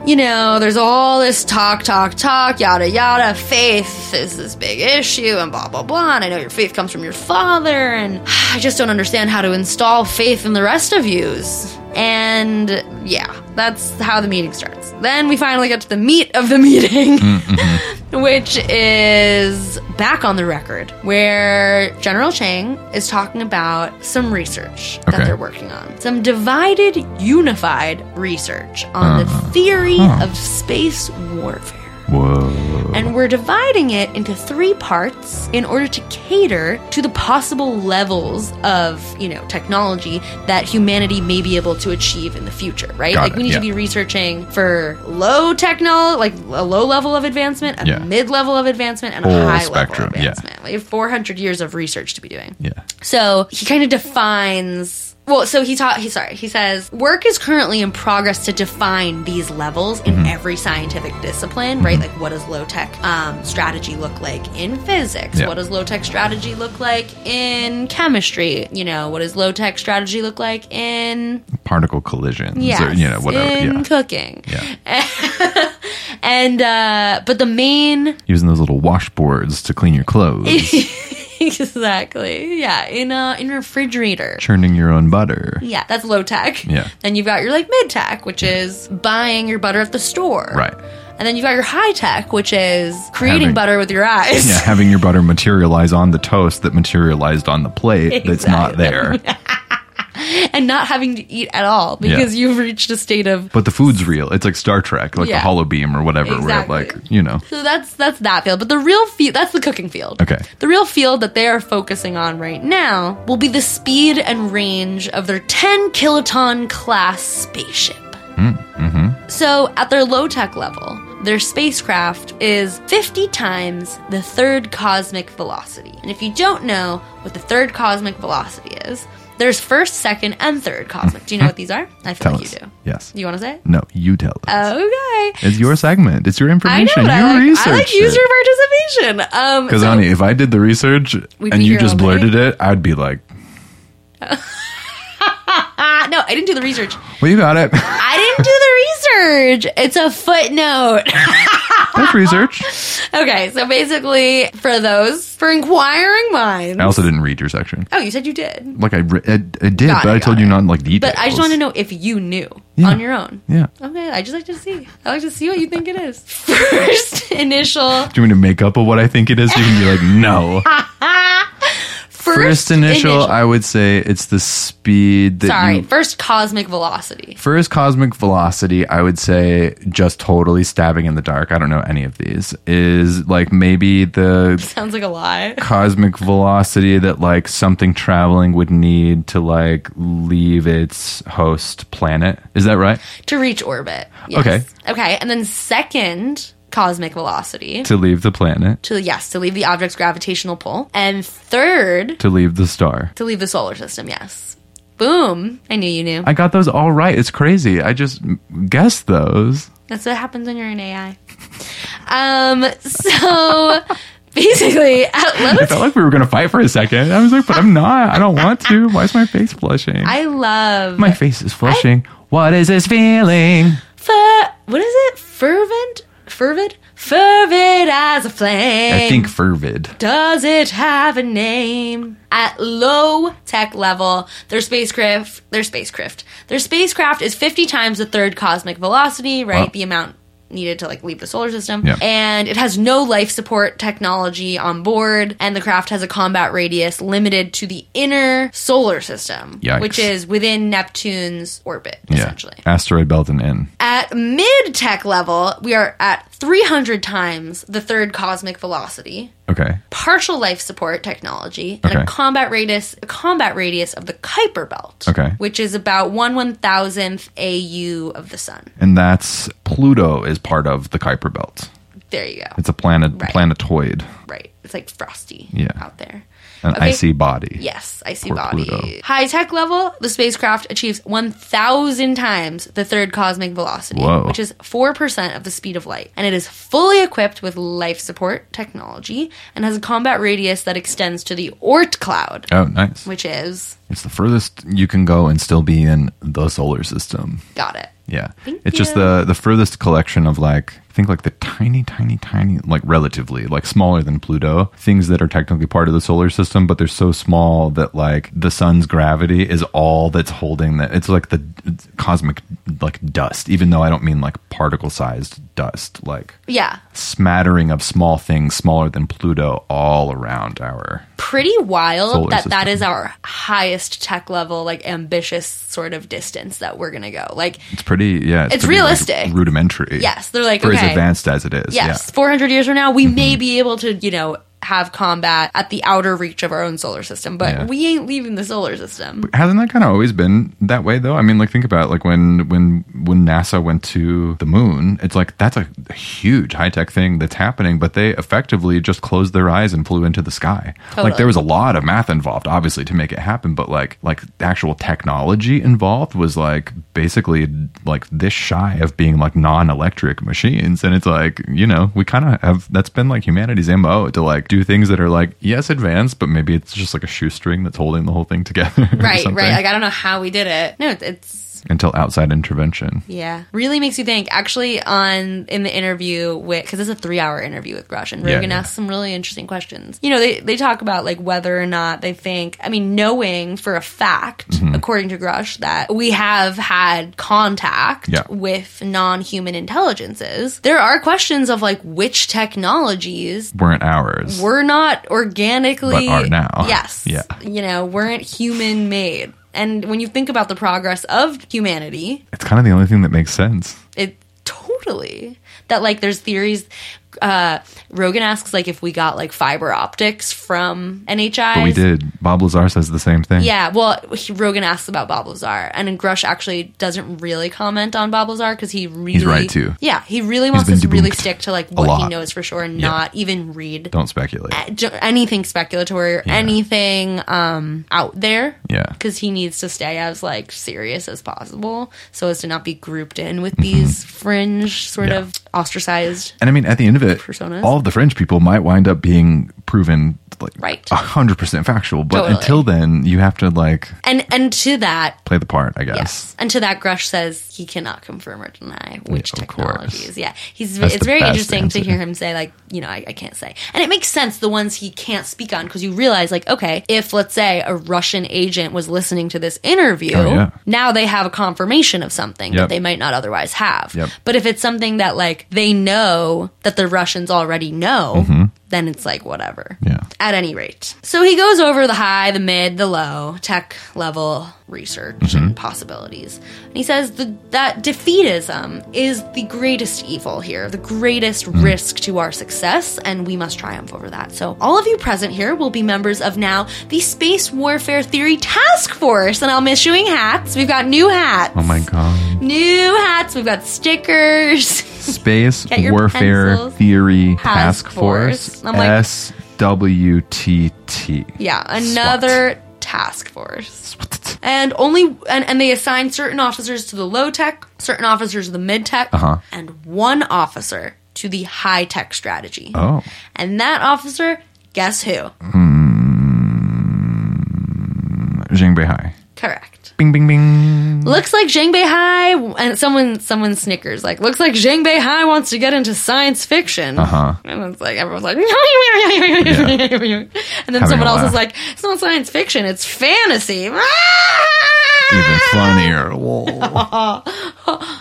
Speaker 1: You know, there's all this talk, talk, talk, yada, yada. Faith is this big issue, and blah, blah, blah. And I know your faith comes from your father, and I just don't understand how to install faith in the rest of yous. And yeah, that's how the meeting starts. Then we finally get to the meat of the meeting which is back on the record, where General Chang is talking about some research that
Speaker 3: Okay.
Speaker 1: they're working on. Some divided, unified research on
Speaker 3: Uh-huh.
Speaker 1: the theory of space warfare.
Speaker 3: Whoa.
Speaker 1: And we're dividing it into three parts in order to cater to the possible levels of, you know, technology that humanity may be able to achieve in the future, right?
Speaker 3: Got
Speaker 1: like
Speaker 3: it,
Speaker 1: we need
Speaker 3: yeah.
Speaker 1: to be researching for low technology, like a low level of advancement, a
Speaker 3: Yeah.
Speaker 1: mid level of advancement, and a
Speaker 3: Full
Speaker 1: high
Speaker 3: spectrum,
Speaker 1: level of
Speaker 3: yeah.
Speaker 1: advancement. We have 400 years of research to be doing.
Speaker 3: Yeah.
Speaker 1: So he kind of defines. Well, so he taught. He sorry. He says work is currently in progress to define these levels in
Speaker 3: Mm-hmm.
Speaker 1: every scientific discipline, right? Like, what does low tech um, strategy look like in physics?
Speaker 3: Yeah.
Speaker 1: What does low tech strategy look like in chemistry? You know, what does low tech strategy look like in
Speaker 3: Particle collisions.
Speaker 1: yeah,
Speaker 3: Or, you know, whatever.
Speaker 1: in
Speaker 3: yeah.
Speaker 1: cooking?
Speaker 3: yeah.
Speaker 1: And uh, but the main
Speaker 3: Using those little washboards to clean your clothes.
Speaker 1: exactly, yeah, in uh, in refrigerator.
Speaker 3: churning your own butter.
Speaker 1: Yeah, that's low tech.
Speaker 3: Yeah.
Speaker 1: Then you've got your like mid tech, which is buying your butter at the store.
Speaker 3: Right.
Speaker 1: And then you've got your high tech, which is creating
Speaker 3: Having-
Speaker 1: butter with your eyes.
Speaker 3: Yeah, having your butter materialize on the toast that materialized on the plate that's not there.
Speaker 1: and not having to eat at all because you've reached a state of
Speaker 3: But the food's real. It's like Star Trek, like
Speaker 1: Yeah.
Speaker 3: the hollow beam or whatever,
Speaker 1: Exactly.
Speaker 3: where it like, you know.
Speaker 1: So that's that's that field, but the real field that's the cooking field.
Speaker 3: Okay.
Speaker 1: The real field that they are focusing on right now will be the speed and range of their 10 kiloton class spaceship.
Speaker 3: Mm, mm-hmm.
Speaker 1: So at their low tech level, their spacecraft is 50 times the third cosmic velocity. And if you don't know what the third cosmic velocity is, there's first, second, and third cosmic. Do you know what these are? I feel
Speaker 3: Tell
Speaker 1: like
Speaker 3: us.
Speaker 1: you do.
Speaker 3: Yes. Mm.
Speaker 1: You want to say? it?
Speaker 3: No, you tell us.
Speaker 1: Okay.
Speaker 3: it's your segment. It's your
Speaker 1: I know,
Speaker 3: information.
Speaker 1: but
Speaker 3: you
Speaker 1: I like,
Speaker 3: researched
Speaker 1: I like
Speaker 3: it.
Speaker 1: user participation. Um,
Speaker 3: Because,
Speaker 1: so-
Speaker 3: honey, if I did the research
Speaker 1: We'd
Speaker 3: and
Speaker 1: be
Speaker 3: you
Speaker 1: here
Speaker 3: just
Speaker 1: all day.
Speaker 3: blurted it, I'd be like,
Speaker 1: Ah, no, I didn't do the research.
Speaker 3: well, you got it.
Speaker 1: I didn't do the research. It's a footnote.
Speaker 3: That's research.
Speaker 1: okay, so basically, for those for inquiring minds.
Speaker 3: I also didn't read your section.
Speaker 1: oh, you said you did,
Speaker 3: Like, I, re- I, I did,
Speaker 1: Got
Speaker 3: but
Speaker 1: it,
Speaker 3: I told
Speaker 1: got
Speaker 3: you
Speaker 1: it.
Speaker 3: not in, like details.
Speaker 1: but I just want to know if you knew
Speaker 3: Yeah.
Speaker 1: on your own.
Speaker 3: Yeah.
Speaker 1: Okay, I just like to see. I like to see what you think it is. First initial.
Speaker 3: Do you want me to make up of what I think it is? You can be like, no.
Speaker 1: First,
Speaker 3: First initial, I would say it's the speed that
Speaker 1: sorry,
Speaker 3: you-
Speaker 1: first cosmic velocity.
Speaker 3: First cosmic velocity, I would say just totally stabbing in the dark. I don't know any of these. Is like maybe the
Speaker 1: Sounds like a lie.
Speaker 3: cosmic velocity that like something traveling would need to like leave its host planet. Is that right?
Speaker 1: To reach orbit. Yes.
Speaker 3: Okay.
Speaker 1: Okay, and then second cosmic velocity.
Speaker 3: To leave the planet,
Speaker 1: to yes to leave the object's gravitational pull and third
Speaker 3: to leave the star.
Speaker 1: to leave the solar system yes boom i knew you knew
Speaker 3: I got those all right. It's crazy. I just guessed those.
Speaker 1: that's what happens when you're in ai um so basically at
Speaker 3: I
Speaker 1: low
Speaker 3: felt like we were going to fight for a second. I was like, but I'm not. I don't want to. Why is my face flushing?
Speaker 1: I love
Speaker 3: my face is flushing. what is this feeling?
Speaker 1: fer- what is it fervent fervid fervid as a flame
Speaker 3: I think fervid.
Speaker 1: Does it have a name? At low tech level, their spacecraft, their spacecraft, Their spacecraft is 50 times the third cosmic velocity, right?
Speaker 3: Wow.
Speaker 1: The amount needed to like leave the solar system.
Speaker 3: Yeah.
Speaker 1: And it has no life support technology on board and the craft has a combat radius limited to the inner solar system,
Speaker 3: Yikes.
Speaker 1: which is within Neptune's orbit
Speaker 3: Yeah.
Speaker 1: essentially. Uh,
Speaker 3: Asteroid belt and in.
Speaker 1: At mid tech level, we are at 300 times the third cosmic velocity,
Speaker 3: Okay.
Speaker 1: partial life support technology, and
Speaker 3: Okay.
Speaker 1: a combat radius a combat radius of the Kuiper belt,
Speaker 3: Okay.
Speaker 1: which is about one one thousandth AU of the sun.
Speaker 3: And that's Pluto is part of the Kuiper belt.
Speaker 1: There you go.
Speaker 3: It's a planet
Speaker 1: Right.
Speaker 3: planetoid,
Speaker 1: right. It's like frosty
Speaker 3: Yeah.
Speaker 1: out there.
Speaker 3: an
Speaker 1: Okay.
Speaker 3: icy body.
Speaker 1: Yes, icy
Speaker 3: Poor
Speaker 1: body.
Speaker 3: Pluto.
Speaker 1: High tech level, the spacecraft achieves 1,000 times the third cosmic velocity,
Speaker 3: Whoa.
Speaker 1: which is 4% of the speed of light. And it is fully equipped with life support technology and has a combat radius that extends to the Oort cloud,
Speaker 3: Oh, nice.
Speaker 1: which is,
Speaker 3: It's the furthest you can go and still be in the solar system.
Speaker 1: got it.
Speaker 3: Yeah.
Speaker 1: Thank
Speaker 3: it's just
Speaker 1: you.
Speaker 3: the the furthest collection of like I think like the tiny tiny tiny like relatively like smaller than Pluto things that are technically part of the solar system but they're so small that like the sun's gravity is all that's holding that it's like the it's cosmic like dust even though I don't mean like particle sized dust like
Speaker 1: Yeah.
Speaker 3: smattering of small things smaller than Pluto all around our
Speaker 1: Pretty wild
Speaker 3: Solar
Speaker 1: that that
Speaker 3: system.
Speaker 1: is our highest tech level, like ambitious sort of distance that we're going to go. Like,
Speaker 3: it's pretty yeah
Speaker 1: It's
Speaker 3: pretty, like,
Speaker 1: realistic.
Speaker 3: rudimentary
Speaker 1: Yes, they're like,
Speaker 3: for as
Speaker 1: okay.
Speaker 3: advanced as it is
Speaker 1: yes, 400 years from now, we
Speaker 3: Mm-hmm.
Speaker 1: may be able to, you know, have combat at the outer reach of our own solar system, but
Speaker 3: Yeah.
Speaker 1: we ain't leaving the solar system.
Speaker 3: hasn't that kind of always been that way though i mean like think about it, like when when when nasa went to the moon it's like that's a huge high-tech thing that's happening but they effectively just closed their eyes and flew into the sky like
Speaker 1: Totally.
Speaker 3: there was a lot of math involved obviously to make it happen but like like the actual technology involved was like basically like this shy of being like non-electric machines and it's like you know we kind of have that's been like humanity's mo to like do things that are like yes advanced but maybe it's just like a shoestring that's holding the whole thing together or
Speaker 1: Right,
Speaker 3: something
Speaker 1: right. Like, I don't know how we did it. No, it's- it's,
Speaker 3: until outside intervention.
Speaker 1: yeah. Really makes you think. Actually, on in the interview with, because it's a three hour interview with Grush, and
Speaker 3: Yeah,
Speaker 1: Rogan
Speaker 3: yeah.
Speaker 1: asked some really interesting questions. You know, they, they talk about, like, whether or not they think, I mean, knowing for a fact,
Speaker 3: Mm-hmm.
Speaker 1: according to Grush, that we have had contact
Speaker 3: Yeah.
Speaker 1: with non human intelligences, there are questions of, like, which technologies
Speaker 3: Weren't ours.
Speaker 1: we're not organically
Speaker 3: But are now.
Speaker 1: Yes.
Speaker 3: Yeah.
Speaker 1: You know, weren't human made. And when you think about the progress of humanity,
Speaker 3: it's kind of the only thing that makes sense.
Speaker 1: it totally that like there's theories uh Rogan asks like if we got like fiber optics from NHI.
Speaker 3: But we did. Bob Lazar says the same thing.
Speaker 1: Yeah, well, he, Rogan asks about Bob Lazar, and then Grush actually doesn't really comment on Bob Lazar because he really
Speaker 3: right, too.
Speaker 1: Yeah, he really wants
Speaker 3: been
Speaker 1: us to really
Speaker 3: debunked
Speaker 1: stick to like
Speaker 3: a
Speaker 1: what he
Speaker 3: lot.
Speaker 1: knows for sure and
Speaker 3: Yeah.
Speaker 1: not even read
Speaker 3: Don't speculate.
Speaker 1: j- anything speculatory or anything um out there
Speaker 3: Yeah.
Speaker 1: because he needs to stay as like serious as possible so as to not be grouped in with these fringe sort
Speaker 3: Mm-hmm. Yeah.
Speaker 1: of ostracized
Speaker 3: And I mean, at the end of it,
Speaker 1: Personas.
Speaker 3: all of the French people might wind up being proven like
Speaker 1: Right.
Speaker 3: hundred percent factual. But
Speaker 1: Totally.
Speaker 3: until then, you have to like
Speaker 1: and and to that
Speaker 3: play the part, I guess.
Speaker 1: Yes. And to that, Grush says he cannot confirm or deny which
Speaker 3: Yeah, of
Speaker 1: technologies.
Speaker 3: course.
Speaker 1: Yeah. He's,
Speaker 3: That's
Speaker 1: it's
Speaker 3: the
Speaker 1: very
Speaker 3: best
Speaker 1: interesting to
Speaker 3: answer.
Speaker 1: hear him say, like, you know, I, I can't say. And it makes sense, the ones he can't speak on, because you realize, like, okay, if, let's say, a Russian agent was listening to this interview,
Speaker 3: Oh, yeah.
Speaker 1: now they have a confirmation of something that
Speaker 3: Yep.
Speaker 1: they might not otherwise have.
Speaker 3: Yep.
Speaker 1: But if it's something that, like, they know that the Russians already know, then it's like, whatever.
Speaker 3: Mm-hmm. Yeah.
Speaker 1: At any rate. So he goes over the high, the mid, the low, tech level research
Speaker 3: Mm-hmm.
Speaker 1: and possibilities. And he says the, that defeatism is the greatest evil here, the greatest
Speaker 3: Mm-hmm.
Speaker 1: risk to our success, and we must triumph over that. So all of you present here will be members of now the Space Warfare Theory Task Force, and I'm issuing hats. We've got new hats.
Speaker 3: Oh my god.
Speaker 1: New hats. We've got stickers.
Speaker 3: Space
Speaker 1: Get your
Speaker 3: Warfare
Speaker 1: pencils.
Speaker 3: Theory
Speaker 1: Task
Speaker 3: Task Force.
Speaker 1: Force. I'm like-
Speaker 3: S W T T.
Speaker 1: Yeah, another task force. And only and, and they assign certain officers to the low tech, certain officers to the mid tech, and one officer to the high tech strategy.
Speaker 3: Oh.
Speaker 1: And that officer, guess who?
Speaker 3: Zhang Beihai.
Speaker 1: Correct.
Speaker 3: Bing bing bing.
Speaker 1: Looks like Zhang Beihai and someone someone snickers like looks like Zhang Beihai wants to get into science fiction. Uh-huh. And it's like everyone's like and then
Speaker 3: a
Speaker 1: someone else is
Speaker 3: laugh.
Speaker 1: like it's not science fiction, it's fantasy.
Speaker 3: Even funnier. Whoa.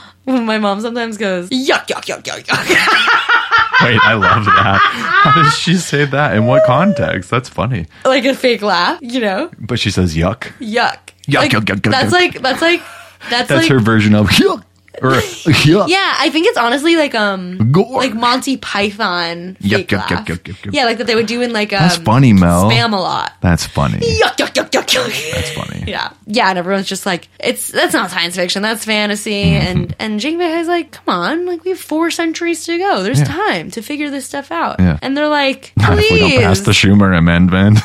Speaker 1: My mom sometimes goes, yuck, yuck, yuck, yuck, yuck.
Speaker 3: Wait, I love that. How does she say that? In what context? That's funny.
Speaker 1: like a fake laugh, you know?
Speaker 3: But she says yuck.
Speaker 1: Yuck.
Speaker 3: Yuck,
Speaker 1: Like,
Speaker 3: yuck, yuck, yuck,
Speaker 1: That's
Speaker 3: yuck.
Speaker 1: like, that's like, that's,
Speaker 3: That's
Speaker 1: like,
Speaker 3: her version of yuck. Or yuck.
Speaker 1: yeah, I think it's honestly like, um,
Speaker 3: Gore.
Speaker 1: like Monty Python.
Speaker 3: Yuck,
Speaker 1: fake
Speaker 3: yuck,
Speaker 1: laugh.
Speaker 3: yuck, yuck, yuck, yuck.
Speaker 1: Yeah, like that they would do in like, um,
Speaker 3: That's funny, Mel.
Speaker 1: Spam a lot.
Speaker 3: That's funny.
Speaker 1: Yuck, yuck, yuck, yuck, yuck.
Speaker 3: That's funny.
Speaker 1: Yeah, yeah, and everyone's just like, it's that's not science fiction, that's fantasy,
Speaker 3: Mm-hmm.
Speaker 1: and and Jane Vahey's like, come on, like we have four centuries to go, there's
Speaker 3: Yeah.
Speaker 1: time to figure this stuff out,
Speaker 3: Yeah.
Speaker 1: and they're like,
Speaker 3: Not if we don't pass
Speaker 1: please,
Speaker 3: the Schumer amendment.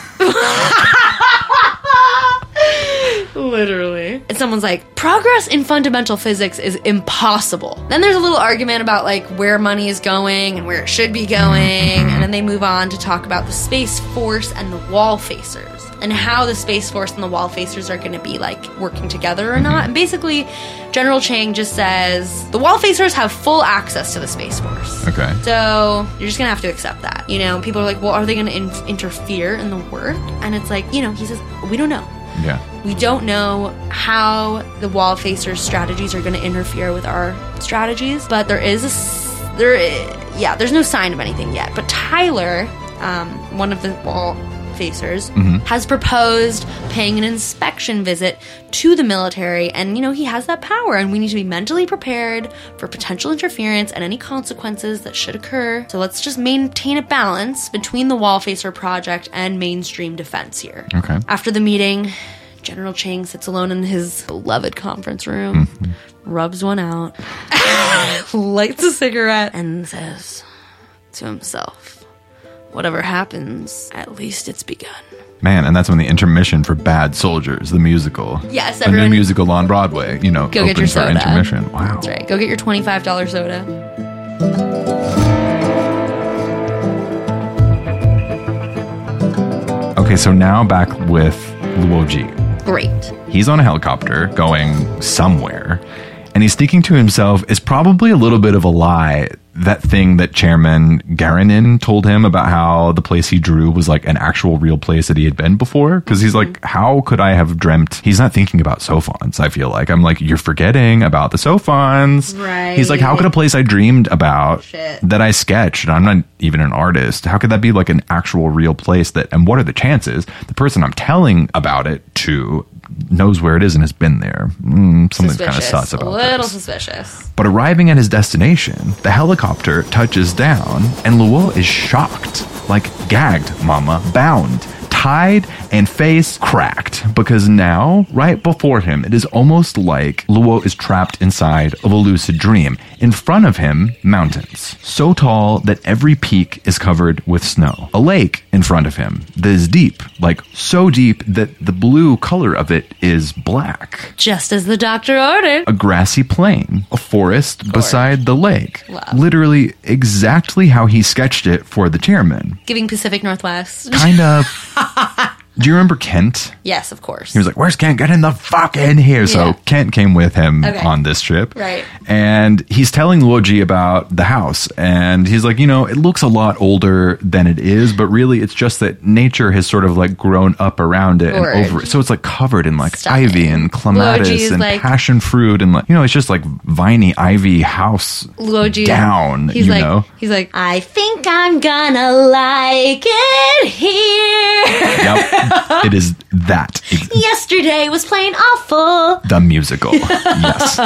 Speaker 1: literally, and someone's like, progress in fundamental physics is impossible. Then there's a little argument about like where money is going and where it should be going, and then they move on to talk about the space force and the wall facers. And how the Space Force and the Wall Facers are going to be like working together or not. And basically, General Chang just says the Wall Facers have full access to the Space Force.
Speaker 3: Okay.
Speaker 1: So you're just gonna have to accept that. You know, people are like, well, are they gonna in- interfere in the work? And it's like, you know, he says, we don't know.
Speaker 3: yeah.
Speaker 1: We don't know how the wall facers' strategies are gonna interfere with our strategies, but there is a s- there. i- yeah, there's no sign of anything yet. But Tyler, um, one of the wall facers, has proposed paying an inspection visit to the military, and you know he has that power, and we need to be mentally prepared for potential interference and any consequences that should occur. So let's just maintain a balance between the wall facer project and mainstream defense here.
Speaker 3: Okay.
Speaker 1: After the meeting, General Chang sits alone in his beloved conference room,
Speaker 3: Mm-hmm.
Speaker 1: rubs one out, lights a cigarette, and says to himself, Whatever happens, at least it's begun.
Speaker 3: Man, and that's when the intermission for Bad Soldiers, the musical.
Speaker 1: Yes,
Speaker 3: A new
Speaker 1: everyone-
Speaker 3: musical on Broadway, you know,
Speaker 1: Go get your
Speaker 3: opens for
Speaker 1: soda.
Speaker 3: intermission. Wow.
Speaker 1: That's right. Go get your $25 soda.
Speaker 3: Okay, so now back with Luoji.
Speaker 1: Great.
Speaker 3: He's on a helicopter going somewhere, and he's thinking to himself, it's probably a little bit of a lie. That thing that Chairman Garanin told him about how the place he drew was like an actual real place that he had been before. Cause he's
Speaker 1: Mm-hmm.
Speaker 3: like, how could I have dreamt? He's not thinking about Sophons, I feel like. I'm like, you're forgetting about the Sophons.
Speaker 1: Right.
Speaker 3: He's like, how could a place I dreamed about
Speaker 1: Shit.
Speaker 3: that I sketched, and I'm not even an artist. How could that be like an actual real place that and what are the chances the person I'm telling about it to knows where it is and has been there? Mm, something kind of
Speaker 1: Suspicious.
Speaker 3: sus
Speaker 1: a
Speaker 3: about
Speaker 1: little
Speaker 3: this.
Speaker 1: suspicious.
Speaker 3: But arriving at his destination, the helicopter touches down, and Luo is shocked, like gagged, mama, bound, tied, and face cracked. Because now, right before him, it is almost like Luo is trapped inside of a lucid dream. In front of him, mountains, so tall that every peak is covered with snow. A lake in front of him that is deep, like so deep that the blue color of it is black
Speaker 1: Just as the doctor ordered.
Speaker 3: a grassy plain, a forest beside the lake.
Speaker 1: Wow.
Speaker 3: Literally exactly how he sketched it for the chairman.
Speaker 1: Giving Pacific Northwest.
Speaker 3: Kind of. Do you remember Kent?
Speaker 1: yes, of course.
Speaker 3: He was like, "Where's Kent? Get in the fuck in here!"
Speaker 1: Yeah.
Speaker 3: So Kent came with him
Speaker 1: Okay.
Speaker 3: on this trip,
Speaker 1: Right.
Speaker 3: And he's telling Luigi about the house, and he's like, "You know, it looks a lot older than it is, but really, it's just that nature has sort of like grown up around it
Speaker 1: Gorge.
Speaker 3: and over it. So it's like covered in like
Speaker 1: Stunning.
Speaker 3: ivy and clematis
Speaker 1: Luigi's
Speaker 3: and
Speaker 1: like-
Speaker 3: passion fruit, and like you know, it's just like viney ivy house
Speaker 1: Luigi
Speaker 3: down.
Speaker 1: He's
Speaker 3: you
Speaker 1: like,
Speaker 3: know,
Speaker 1: he's like, I think I'm gonna like it here.
Speaker 3: yep, it is that.
Speaker 1: Yesterday was plain awful.
Speaker 3: the musical. yes.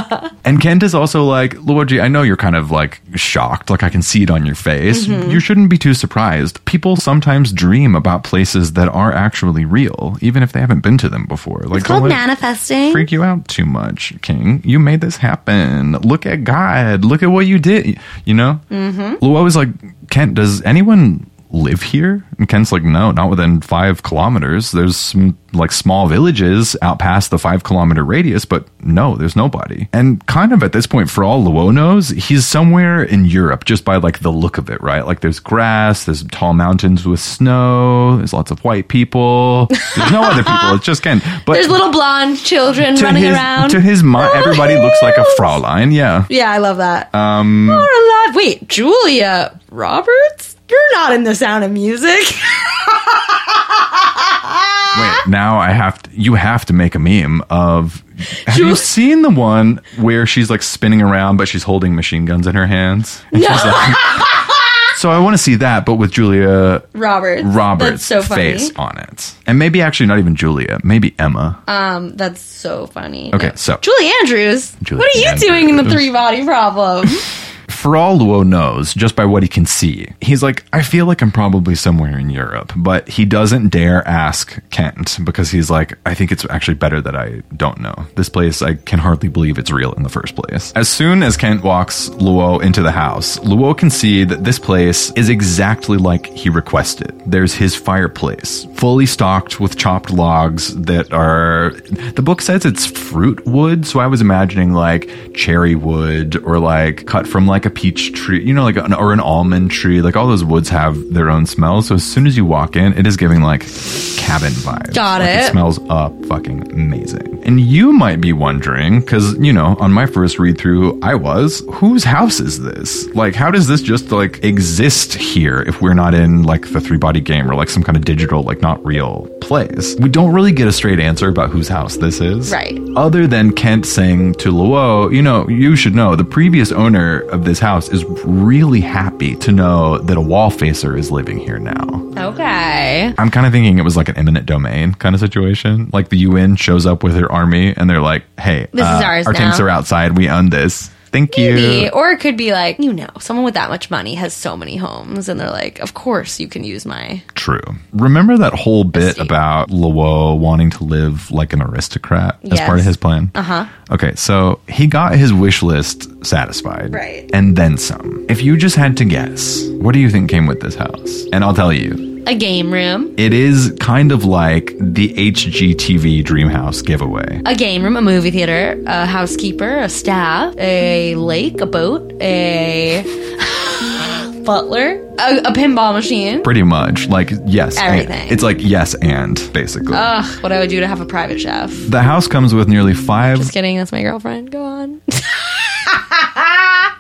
Speaker 3: And Kent is also like, Luigi, I know you're kind of like shocked. Like, I can see it on your face.
Speaker 1: Mm-hmm.
Speaker 3: You shouldn't be too surprised. People sometimes dream about places that are actually real, even if they haven't been to them before. Like,
Speaker 1: It's called
Speaker 3: let it
Speaker 1: manifesting.
Speaker 3: Freak you out too much, King. You made this happen. Look at God. Look at what you did. You know? Mm-hmm. Luo is like, Kent, does anyone live here? And Kent's like, no, not within five kilometers. There's some like small villages out past the five kilometer radius, but no, there's nobody. And kind of at this point, for all Luo knows, he's somewhere in Europe just by like the look of it, right? Like there's grass, there's tall mountains with snow, there's lots of white people. There's no other people. It's just Kent. But
Speaker 1: There's little blonde children running
Speaker 3: his,
Speaker 1: around.
Speaker 3: To his mind,
Speaker 1: Oh,
Speaker 3: everybody looks like a
Speaker 1: hills.
Speaker 3: Fraulein. Yeah.
Speaker 1: Yeah, I love that. Um, You're alive. Wait, Julia Roberts? You're not in the sound of music.
Speaker 3: Wait, now I have to, you have to make a meme of. Have you
Speaker 1: Julie-
Speaker 3: seen the one where she's like spinning around, but she's holding machine guns in her hands? And she's like, so I want to see that, but with Julia
Speaker 1: Roberts.
Speaker 3: Roberts'
Speaker 1: That's so funny.
Speaker 3: face on it, and maybe actually not even Julia, maybe Emma.
Speaker 1: Um, that's so funny.
Speaker 3: Okay,
Speaker 1: No.
Speaker 3: so-
Speaker 1: Julie Andrews,
Speaker 3: Julie
Speaker 1: what are you doing in the
Speaker 3: Andrews.
Speaker 1: three body problem?
Speaker 3: For all Luo knows, just by what he can see, he's like, I feel like I'm probably somewhere in Europe, but he doesn't dare ask Kent because he's like, I think it's actually better that I don't know. This place, I can hardly believe it's real in the first place. As soon as Kent walks Luo into the house, Luo can see that this place is exactly like he requested. There's his fireplace, fully stocked with chopped logs that are. The book says it's fruit wood, so I was imagining like cherry wood or like cut from like a peach tree, you know, like an, or an almond tree. Like all those woods have their own smell. So as soon as you walk in, it is giving like cabin vibes.
Speaker 1: Got
Speaker 3: Like,
Speaker 1: it.
Speaker 3: smells up fucking amazing. And you might be wondering, because, you know, on my first read through, I was, whose house is this? Like, how does this just, like, exist here if we're not in, like, the three body game or, like, some kind of digital, like, not real place? We don't really get a straight answer about whose house this is.
Speaker 1: Right.
Speaker 3: Other than Kent saying to Luo, you know, you should know the previous owner of this house is really happy to know that a wall facer is living here now.
Speaker 1: okay.
Speaker 3: I'm kind of thinking it was like an eminent domain kind of situation. Like the UN shows up with their army and they're like, "Hey,
Speaker 1: This is
Speaker 3: uh,
Speaker 1: ours
Speaker 3: our tanks
Speaker 1: now."
Speaker 3: are outside. We own this. Thank
Speaker 1: Maybe.
Speaker 3: you."
Speaker 1: Or it could be like, you know, someone with that much money has so many homes, and they're like, of course you can use my.
Speaker 3: True. Remember that whole bit about Luo wanting to live like an aristocrat as
Speaker 1: Yes. Uh-huh.
Speaker 3: part of his plan? Uh huh. Okay, so he got his wish list satisfied.
Speaker 1: Right.
Speaker 3: And then some. If you just had to guess, what do you think came with this house? And I'll tell you.
Speaker 1: A game room,
Speaker 3: It is kind of like the HGTV Dreamhouse giveaway.
Speaker 1: a game room, a movie theater, a housekeeper, a staff, a lake, a boat, a butler, a, a pinball machine.
Speaker 3: pretty much like yes and.
Speaker 1: Everything.
Speaker 3: it's like yes and basically
Speaker 1: Ugh, what I would do to have a private chef.
Speaker 3: the house comes with nearly five
Speaker 1: Just kidding, that's my girlfriend. Go on.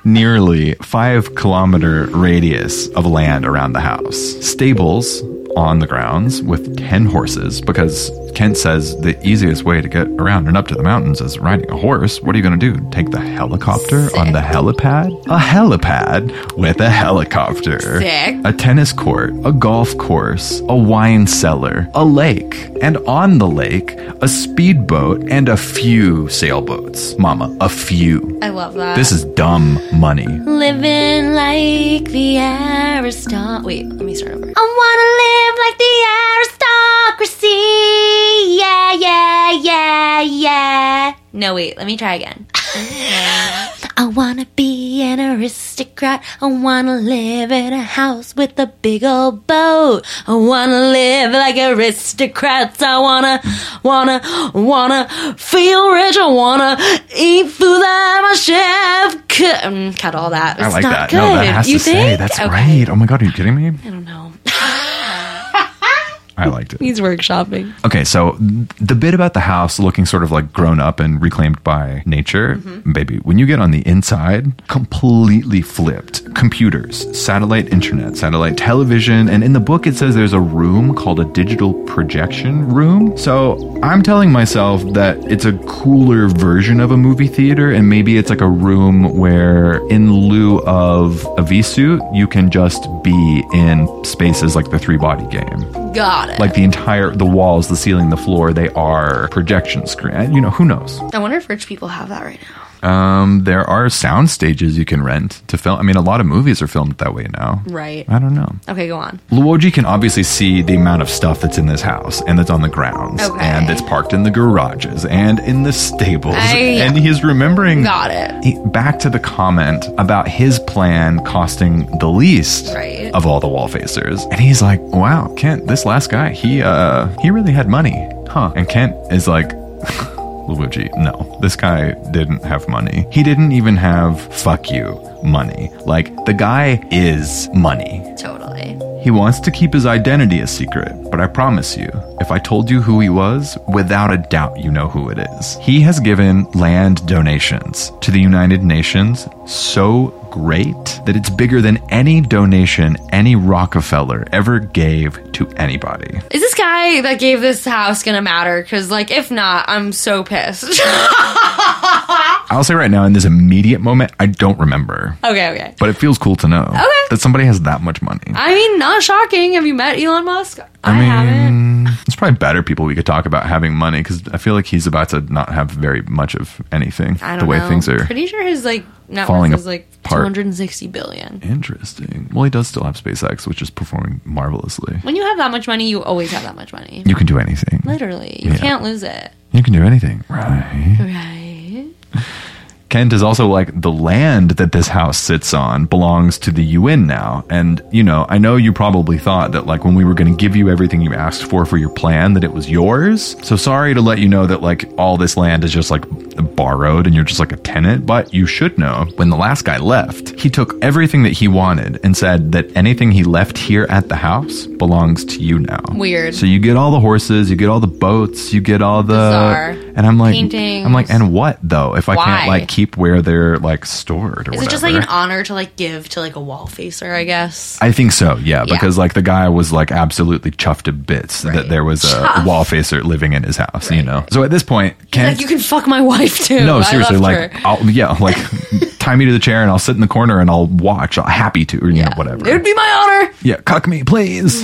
Speaker 3: nearly five kilometer radius of land around the house stables on the grounds with 10 horses because kent says the easiest way to get around and up to the mountains is riding a horse what are you going to do take the helicopter on the helipad a helipad with a helicopter
Speaker 1: Sick.
Speaker 3: a tennis court, a golf course, a wine cellar, a lake, and on the lake, a speedboat and a few sailboats. Mama, a few.
Speaker 1: I love that.
Speaker 3: This is dumb money.
Speaker 1: Living like the aristocracy. Wait, let me start over. I wanna live like the aristocracy. Yeah, yeah, yeah, yeah. No, wait, let me try again. I wanna be an aristocrat. I wanna live in a house with a big old boat. I wanna live like aristocrats. I wanna, wanna, wanna feel rich. I wanna eat food that my chef could. Um, cut all that.
Speaker 3: I
Speaker 1: It's
Speaker 3: like
Speaker 1: not
Speaker 3: that.
Speaker 1: Good.
Speaker 3: No, that has
Speaker 1: you
Speaker 3: to
Speaker 1: think?
Speaker 3: say. That's
Speaker 1: Okay.
Speaker 3: right. Oh my god, are you kidding me?
Speaker 1: I don't know.
Speaker 3: I liked it.
Speaker 1: He's workshopping.
Speaker 3: Okay, so the bit about the house looking sort of like grown up and reclaimed by nature, baby, when you get on the inside, completely flipped. Computers, satellite internet, satellite television, and in the book it says there's a room called a digital projection room. So I'm telling myself that it's a cooler version of a movie theater, and maybe it's like a room where in lieu of a V suit, you can just be in spaces like the three body game
Speaker 1: Got it.
Speaker 3: like the entire the walls the ceiling the floor they are projection screen you know who knows
Speaker 1: I wonder if rich people have that right now.
Speaker 3: um there are sound stages you can rent to film i mean a lot of movies are filmed that way now
Speaker 1: Right.
Speaker 3: i don't know
Speaker 1: Okay, go on.
Speaker 3: luoji can obviously see the amount of stuff that's in this house and that's on the grounds
Speaker 1: Okay.
Speaker 3: and that's parked in the garages and in the stables
Speaker 1: I-
Speaker 3: and he's remembering
Speaker 1: Got it.
Speaker 3: he- e, back to the comment about his plan costing the least
Speaker 1: Right.
Speaker 3: of all the wall facers and he's like wow kent this last guy he uh he really had money huh and kent is like luigi no this guy didn't have money he didn't even have fuck you money like the guy is money
Speaker 1: Totally.
Speaker 3: he wants to keep his identity a secret, but I promise you, if I told you who he was, without a doubt you know who it is. He has given land donations to the United Nations so great that it's bigger than any donation any Rockefeller ever gave to anybody.
Speaker 1: Is this guy that gave this house gonna matter? Because like, if not, I'm so pissed.
Speaker 3: I'll say right now, in this immediate moment, I don't remember,
Speaker 1: okay, okay.
Speaker 3: but it feels cool to know that somebody has that much money.
Speaker 1: I mean, not shocking. Have you met Elon Musk? I,
Speaker 3: mean,
Speaker 1: haven't.
Speaker 3: It's probably better people we could talk about having money because I feel like he's about to not have very much of anything.
Speaker 1: I don't
Speaker 3: the way
Speaker 1: know.
Speaker 3: things are
Speaker 1: Pretty sure his like net
Speaker 3: falling
Speaker 1: worth is like
Speaker 3: apart.
Speaker 1: 260 billion.
Speaker 3: interesting. Well, he does still have SpaceX, which is performing marvelously.
Speaker 1: When you have that much money, you always have that much money.
Speaker 3: You can do anything.
Speaker 1: Literally, you
Speaker 3: Yeah.
Speaker 1: can't lose it.
Speaker 3: You can do anything, right?
Speaker 1: Right.
Speaker 3: Kent is also like the land that this house sits on belongs to the UN now. And, you know, I know you probably thought that like when we were going to give you everything you asked for for your plan that it was yours. So sorry to let you know that like all this land is just like borrowed and you're just like a tenant, but you should know when the last guy left, he took everything that he wanted and said that anything he left here at the house belongs to you now.
Speaker 1: Weird.
Speaker 3: So you get all the horses, you get all the boats, you get all the
Speaker 1: Bizarre.
Speaker 3: and I'm like
Speaker 1: Paintings.
Speaker 3: I'm like and what though if I
Speaker 1: Why?
Speaker 3: can't like keep where they're like stored or
Speaker 1: Is
Speaker 3: whatever.
Speaker 1: it just like an honor to like give to like a wall facer? I guess.
Speaker 3: I think so, yeah,
Speaker 1: Yeah.
Speaker 3: because like the guy was like absolutely chuffed to bits
Speaker 1: Right.
Speaker 3: that there was a
Speaker 1: Chuffed.
Speaker 3: wall facer living in his house, you know. So at this point, Kent
Speaker 1: Like you can fuck my wife too.
Speaker 3: No,
Speaker 1: I
Speaker 3: seriously,
Speaker 1: loved
Speaker 3: like
Speaker 1: her.
Speaker 3: I'll yeah, like tie me to the chair and I'll sit in the corner and I'll watch. I'll happy to or you know, whatever.
Speaker 1: it would be my honor.
Speaker 3: Yeah, cuck me, please.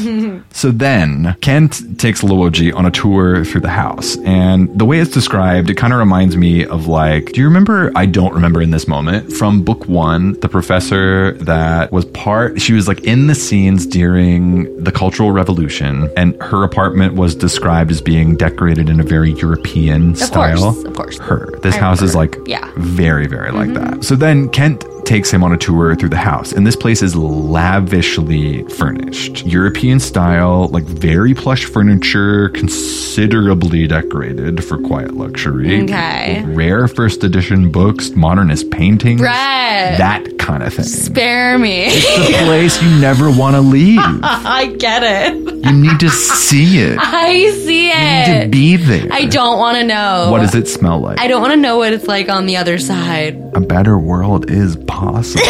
Speaker 3: so then Kent takes Luoji on a tour through the house. And the way it's described, it kind of reminds me of like, do you remember? I don't remember in this moment from book one, the professor that was part, she was like in the scenes during the Cultural Revolution. And her apartment was described as being decorated in a very European style.
Speaker 1: course, of course.
Speaker 3: Her. This
Speaker 1: I
Speaker 3: house is like
Speaker 1: remember. Yeah. Mm-hmm.
Speaker 3: very, very like that. So then Kent takes him on a tour through the house, and this place is lavishly furnished. European style, like very plush furniture, considerably decorated for quiet luxury.
Speaker 1: Okay.
Speaker 3: Rare first edition books, modernist paintings.
Speaker 1: Right.
Speaker 3: That kind of thing.
Speaker 1: Spare me.
Speaker 3: the place you never want to leave.
Speaker 1: I get it.
Speaker 3: You need to see it.
Speaker 1: I see
Speaker 3: You need to
Speaker 1: it.
Speaker 3: be there.
Speaker 1: I don't want to know.
Speaker 3: What does it smell like?
Speaker 1: I don't want to know what it's like on the other side.
Speaker 3: A better world is possible.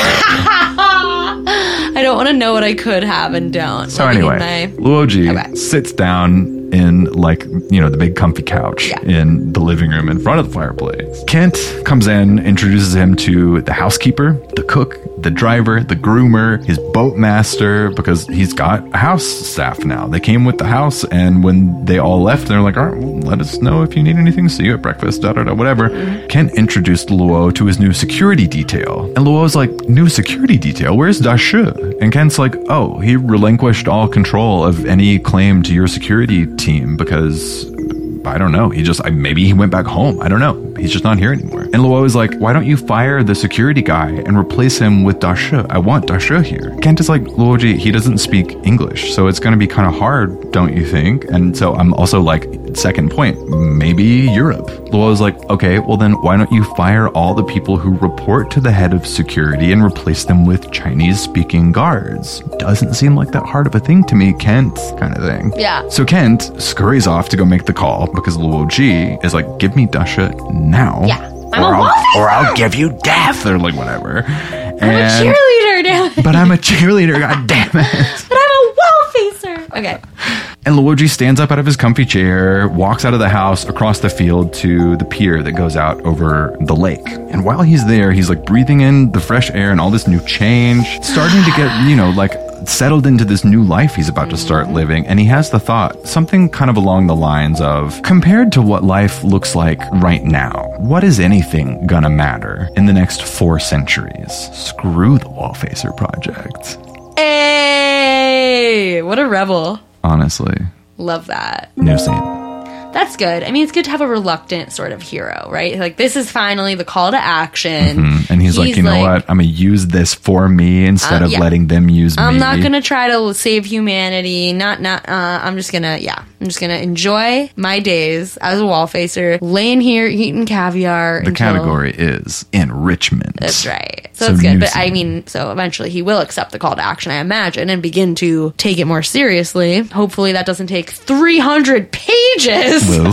Speaker 1: I don't want to know what I could have and don't.
Speaker 3: So
Speaker 1: Living in
Speaker 3: anyway,
Speaker 1: my-
Speaker 3: Luoji
Speaker 1: Okay.
Speaker 3: sits down in like you know the big comfy couch
Speaker 1: Yeah.
Speaker 3: in the living room in front of the fireplace. Kent comes in, introduces him to the housekeeper, the cook, the driver, the groomer, his boat master because he's got a house staff now. They came with the house, and when they all left, they're like, "All right, well, let us know if you need anything. See you at breakfast." Da da da. Whatever. Kent introduced Luo to his new security detail, and Luo's like, "New security detail? Where's Dashu?" And Kent's like, "Oh, he relinquished all control of any claim to your security team because." I don't know. He just I, maybe he went back home. I don't know. He's just not here anymore. And Luo is like, why don't you fire the security guy and replace him with Dasha? I want Dasha here. Kent is like, Luoji, he doesn't speak English, so it's going to be kind of hard, don't you think? And so I'm also like, second point, maybe Europe. Luo is like, okay, well then why don't you fire all the people who report to the head of security and replace them with Chinese-speaking guards? Doesn't seem like that hard of a thing to me, Kent, kind of thing.
Speaker 1: Yeah.
Speaker 3: So Kent scurries off to go make the call because Luo G is like, give me Dasha now.
Speaker 1: Yeah. I'm
Speaker 3: or
Speaker 1: a
Speaker 3: I'll,
Speaker 1: wallflower."
Speaker 3: or I'll give you death or like whatever.
Speaker 1: I'm a
Speaker 3: And-
Speaker 1: cheerleader, damn it.
Speaker 3: but I'm a cheerleader, god damn it.
Speaker 1: But I'm a wall facer. Okay.
Speaker 3: And Luigi stands up out of his comfy chair, walks out of the house across the field to the pier that goes out over the lake. And while he's there, he's like breathing in the fresh air and all this new change, starting to get, you know, like settled into this new life he's about to start living. And he has the thought, something kind of along the lines of compared to what life looks like right now, what is anything gonna matter in the next four centuries? Screw the Wallfacer Project.
Speaker 1: Hey, what a rebel.
Speaker 3: Honestly,
Speaker 1: Love that.
Speaker 3: new scene.
Speaker 1: That's good. I mean, it's good to have a reluctant sort of hero, right? Like, this is finally the call to action.
Speaker 3: Mm-hmm. And he's, like, you know what? I'm gonna use this for me instead
Speaker 1: Um,
Speaker 3: of
Speaker 1: yeah.
Speaker 3: letting them use me.
Speaker 1: I'm not gonna try to save humanity. Not, not. Uh, I'm just gonna, yeah. I'm just gonna enjoy my days as a wall facer, laying here eating caviar.
Speaker 3: The category is enrichment.
Speaker 1: That's right. So,
Speaker 3: So
Speaker 1: that's good.
Speaker 3: new
Speaker 1: But I
Speaker 3: thing.
Speaker 1: mean, so eventually he will accept the call to action, I imagine, and begin to take it more seriously. Hopefully that doesn't take 300 pages.
Speaker 3: We'll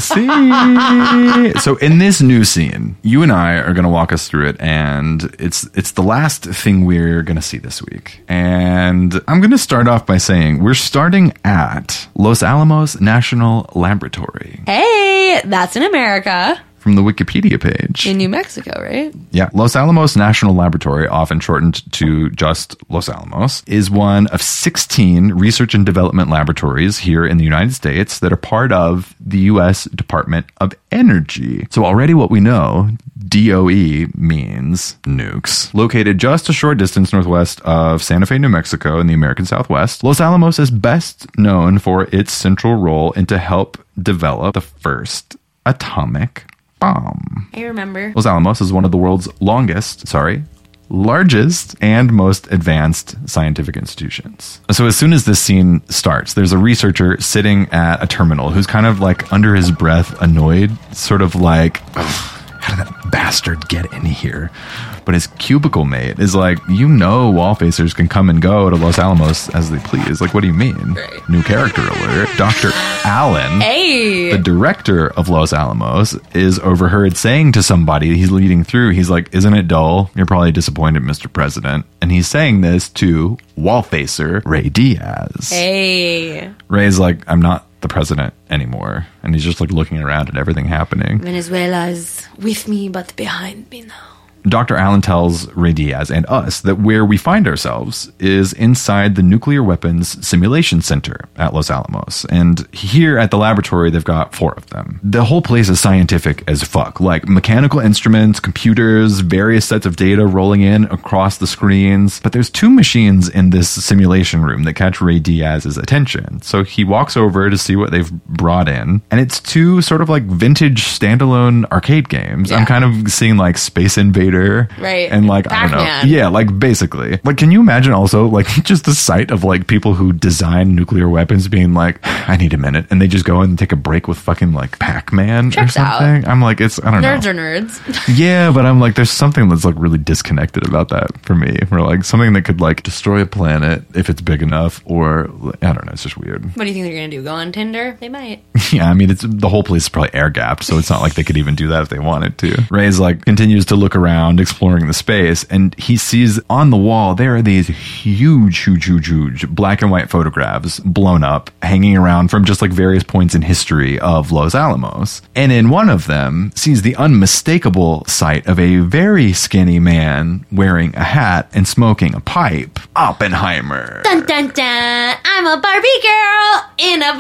Speaker 3: see. so in this new scene, you and I are going to walk us through it, and it's it's the last thing we're going to see this week. And I'm going to start off by saying we're starting at Los Alamos National Laboratory
Speaker 1: Hey, that's in America,
Speaker 3: from the Wikipedia page.
Speaker 1: in New Mexico, right?
Speaker 3: Yeah, Los Alamos National Laboratory, often shortened to just Los Alamos, is one of 16 research and development laboratories here in the United States that are part of the U.S. Department of Energy. So, already what we know, DOE means nukes. Located just a short distance northwest of Santa Fe, New Mexico, in the American Southwest, Los Alamos is best known for its central role in to help develop the first atomic bomb.
Speaker 1: I remember.
Speaker 3: Los Alamos is one of the world's longest, sorry, largest and most advanced scientific institutions. So as soon as this scene starts, there's a researcher sitting at a terminal who's kind of like under his breath annoyed, sort of like "Ugh, how did that bastard get in here? But his cubicle mate is like, you know, wall facers can come and go to Los Alamos as they please. Like, what do you mean? New character alert. Dr. Allen
Speaker 1: Hey.
Speaker 3: the director of Los Alamos is overheard saying to somebody he's leading through, he's like, Isn't it dull? You're probably disappointed, Mr. President. And he's saying this to wallfacer Ray Diaz.
Speaker 1: Hey.
Speaker 3: Ray's like, I'm not the president anymore. And he's just like looking around at everything happening.
Speaker 1: Venezuela's with me, but behind me now.
Speaker 3: Dr. Allen tells Ray Diaz and us that where we find ourselves is inside the Nuclear Weapons Simulation Center at Los Alamos. And here at the laboratory, they've got four of them. The whole place is scientific as fuck like mechanical instruments, computers, various sets of data rolling in across the screens. But there's two machines in this simulation room that catch Ray Diaz's attention. So he walks over to see what they've brought in. And it's two sort of like vintage standalone arcade games. I'm
Speaker 1: Yeah.
Speaker 3: kind of kind of seeing like Space Invader,
Speaker 1: Right.
Speaker 3: And like I
Speaker 1: Pac-Man.
Speaker 3: don't know, yeah, like basically. Like, can you imagine also like just the sight of like people who design nuclear weapons being like, I need a minute, and they just go and take a break with fucking like Pac Man or
Speaker 1: Checks out.
Speaker 3: something. I'm like, it's I don't
Speaker 1: Nerds
Speaker 3: know,
Speaker 1: are nerds.
Speaker 3: yeah, but I'm like, there's something that's like really disconnected about that for me. Or like something that could like destroy a planet if it's big enough, or I don't know, it's just weird.
Speaker 1: What do you think they're gonna do? Go on Tinder? They might.
Speaker 3: Yeah, I mean, it's the whole place is probably air gapped, so it's not like they could even do that if they wanted to. Ray's like continues to look around, exploring the space, and he sees on the wall there are these huge, huge, huge, huge black and white photographs blown up, hanging around from just like various points in history of Los Alamos. And in one of them, sees the unmistakable sight of a very skinny man wearing a hat and smoking a pipe. Oppenheimer.
Speaker 1: Dun dun dun! I'm a Barbie girl in a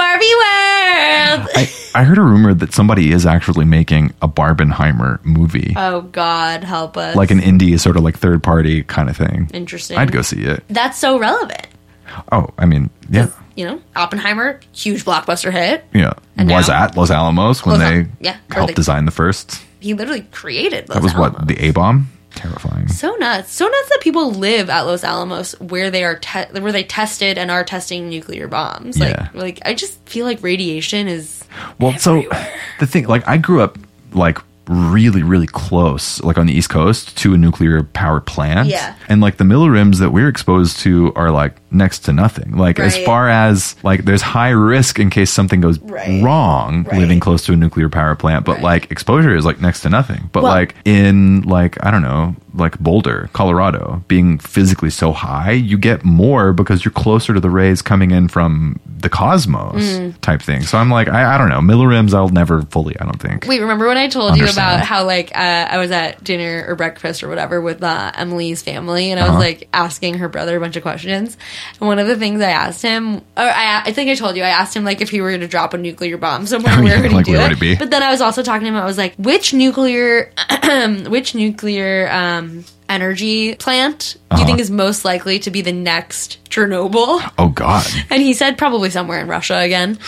Speaker 1: Barbie world.
Speaker 3: I, I heard a rumor that somebody is actually making a Barbenheimer movie.
Speaker 1: Oh God, help us!
Speaker 3: like an indie sort of like third party kind of thing.
Speaker 1: interesting.
Speaker 3: I'd go see it.
Speaker 1: That's so relevant.
Speaker 3: Oh, I mean, yeah,
Speaker 1: You know, Oppenheimer, huge blockbuster hit.
Speaker 3: yeah.
Speaker 1: And
Speaker 3: was
Speaker 1: now-
Speaker 3: at Los Alamos when
Speaker 1: Los
Speaker 3: they
Speaker 1: Al- yeah, or
Speaker 3: helped
Speaker 1: they-
Speaker 3: design the first.
Speaker 1: He literally created Los
Speaker 3: That was
Speaker 1: Alamos.
Speaker 3: what the A bomb. Terrifying.
Speaker 1: so nuts, so nuts that people live at Los Alamos where they are te- where they tested and are testing nuclear bombs. Like,
Speaker 3: Yeah.
Speaker 1: like I just feel like radiation is
Speaker 3: Well, so the thing, like, I grew up like really, really close, like on the East Coast, to a nuclear power plant.
Speaker 1: Yeah.
Speaker 3: And like the millerims that we're exposed to are like next to nothing. Like as
Speaker 1: Right.
Speaker 3: far as like there's high risk in case something goes
Speaker 1: Right.
Speaker 3: wrong living
Speaker 1: Right.
Speaker 3: close to a nuclear power plant, but
Speaker 1: Right.
Speaker 3: like exposure is like next to nothing. But
Speaker 1: Well-
Speaker 3: like in like I don't know, like Boulder, Colorado, being physically so high, you get more because you're closer to the rays coming in from the cosmos
Speaker 1: Mm.
Speaker 3: type thing. So I'm like, I, I don't know, millerims. I'll never fully. I don't think.
Speaker 1: Wait, remember when I told you
Speaker 3: Understand.
Speaker 1: about how like uh, I was at dinner or breakfast or whatever with uh, Emily's family, and I
Speaker 3: Uh-huh.
Speaker 1: was like asking her brother a bunch of questions. And one of the things I asked him, or I, I think I told you, I asked him like if he were to drop a nuclear bomb somewhere,
Speaker 3: Oh,
Speaker 1: where
Speaker 3: yeah,
Speaker 1: would he
Speaker 3: like,
Speaker 1: do
Speaker 3: where
Speaker 1: it?
Speaker 3: would it be?
Speaker 1: But then I was also talking to him. I was like, which nuclear, which nuclear um, energy plant do
Speaker 3: Uh-huh.
Speaker 1: you think is most likely to be the next Chernobyl?
Speaker 3: Oh God,
Speaker 1: And he said probably somewhere in Russia again.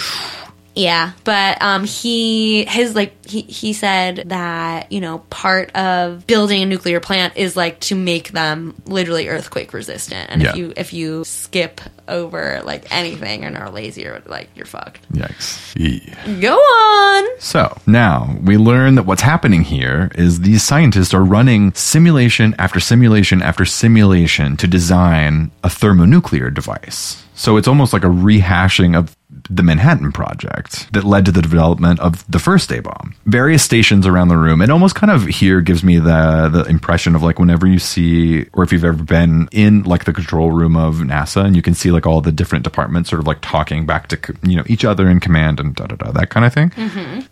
Speaker 1: Yeah, but um, he his like he he said that you know part of building a nuclear plant is like to make them literally earthquake resistant, and
Speaker 3: Yeah.
Speaker 1: if you if you skip over like anything and are lazy or like you're fucked.
Speaker 3: Yikes. Eee.
Speaker 1: Go on.
Speaker 3: So now we learn that what's happening here is these scientists are running simulation after simulation after simulation to design a thermonuclear device. So it's almost like a rehashing of the Manhattan Project that led to the development of the first A bomb. Various stations around the room. It almost kind of here gives me the the impression of like whenever you see or if you've ever been in like the control room of NASA and you can see like all the different departments sort of like talking back to you know each other in command and da da da that kind of thing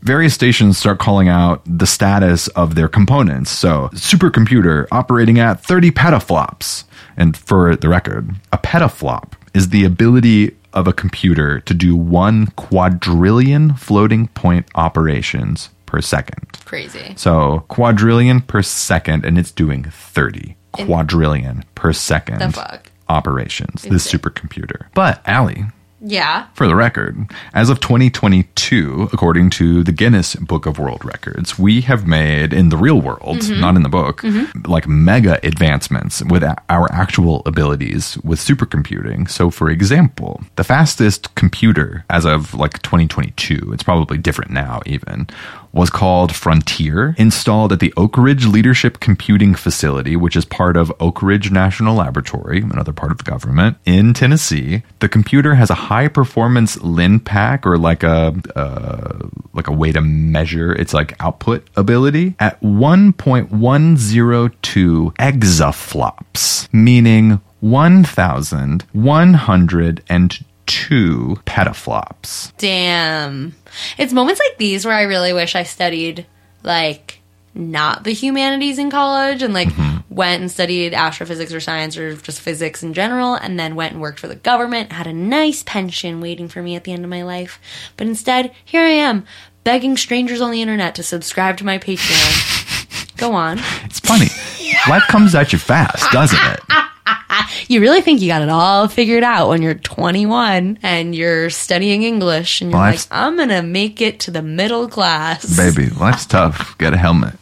Speaker 3: various stations start calling out the status of their components. So, supercomputer operating at 30 petaflops. And for the record, a petaflop is the ability of a computer to do one quadrillion floating point operations per second.
Speaker 1: Crazy.
Speaker 3: So, quadrillion per second, and it's doing 30 quadrillion per second
Speaker 1: The fuck?
Speaker 3: operations, this supercomputer. But, Allie,
Speaker 1: Yeah.
Speaker 3: for the record, as of 2022, according to the Guinness Book of World Records, we have made in the real world, not in the book, like mega advancements with a- our actual abilities with supercomputing. So, for example, the fastest computer as of like 2022, it's probably different now even, was called Frontier, installed at the Oak Ridge Leadership Computing Facility, which is part of Oak Ridge National Laboratory, another part of the government, in Tennessee. The computer has a high performance LINPACK or like a uh, like a way to measure its like output ability at 1.102 exaflops, meaning 1102 petaflops.
Speaker 1: Damn. It's moments like these where I really wish I studied like not the humanities in college and like
Speaker 3: Mm-hmm.
Speaker 1: went and studied astrophysics or science or just physics in general and then went and worked for the government, had a nice pension waiting for me at the end of my life. But instead, here I am begging strangers on the internet to subscribe to my Patreon. Go on.
Speaker 3: It's funny. Life comes at you fast, doesn't it?
Speaker 1: You really think you got it all figured out when you're 21 and you're studying English and you're
Speaker 3: Well,
Speaker 1: like,
Speaker 3: I've-
Speaker 1: I'm going to make it to the middle class.
Speaker 3: Baby, life's tough. Get a helmet.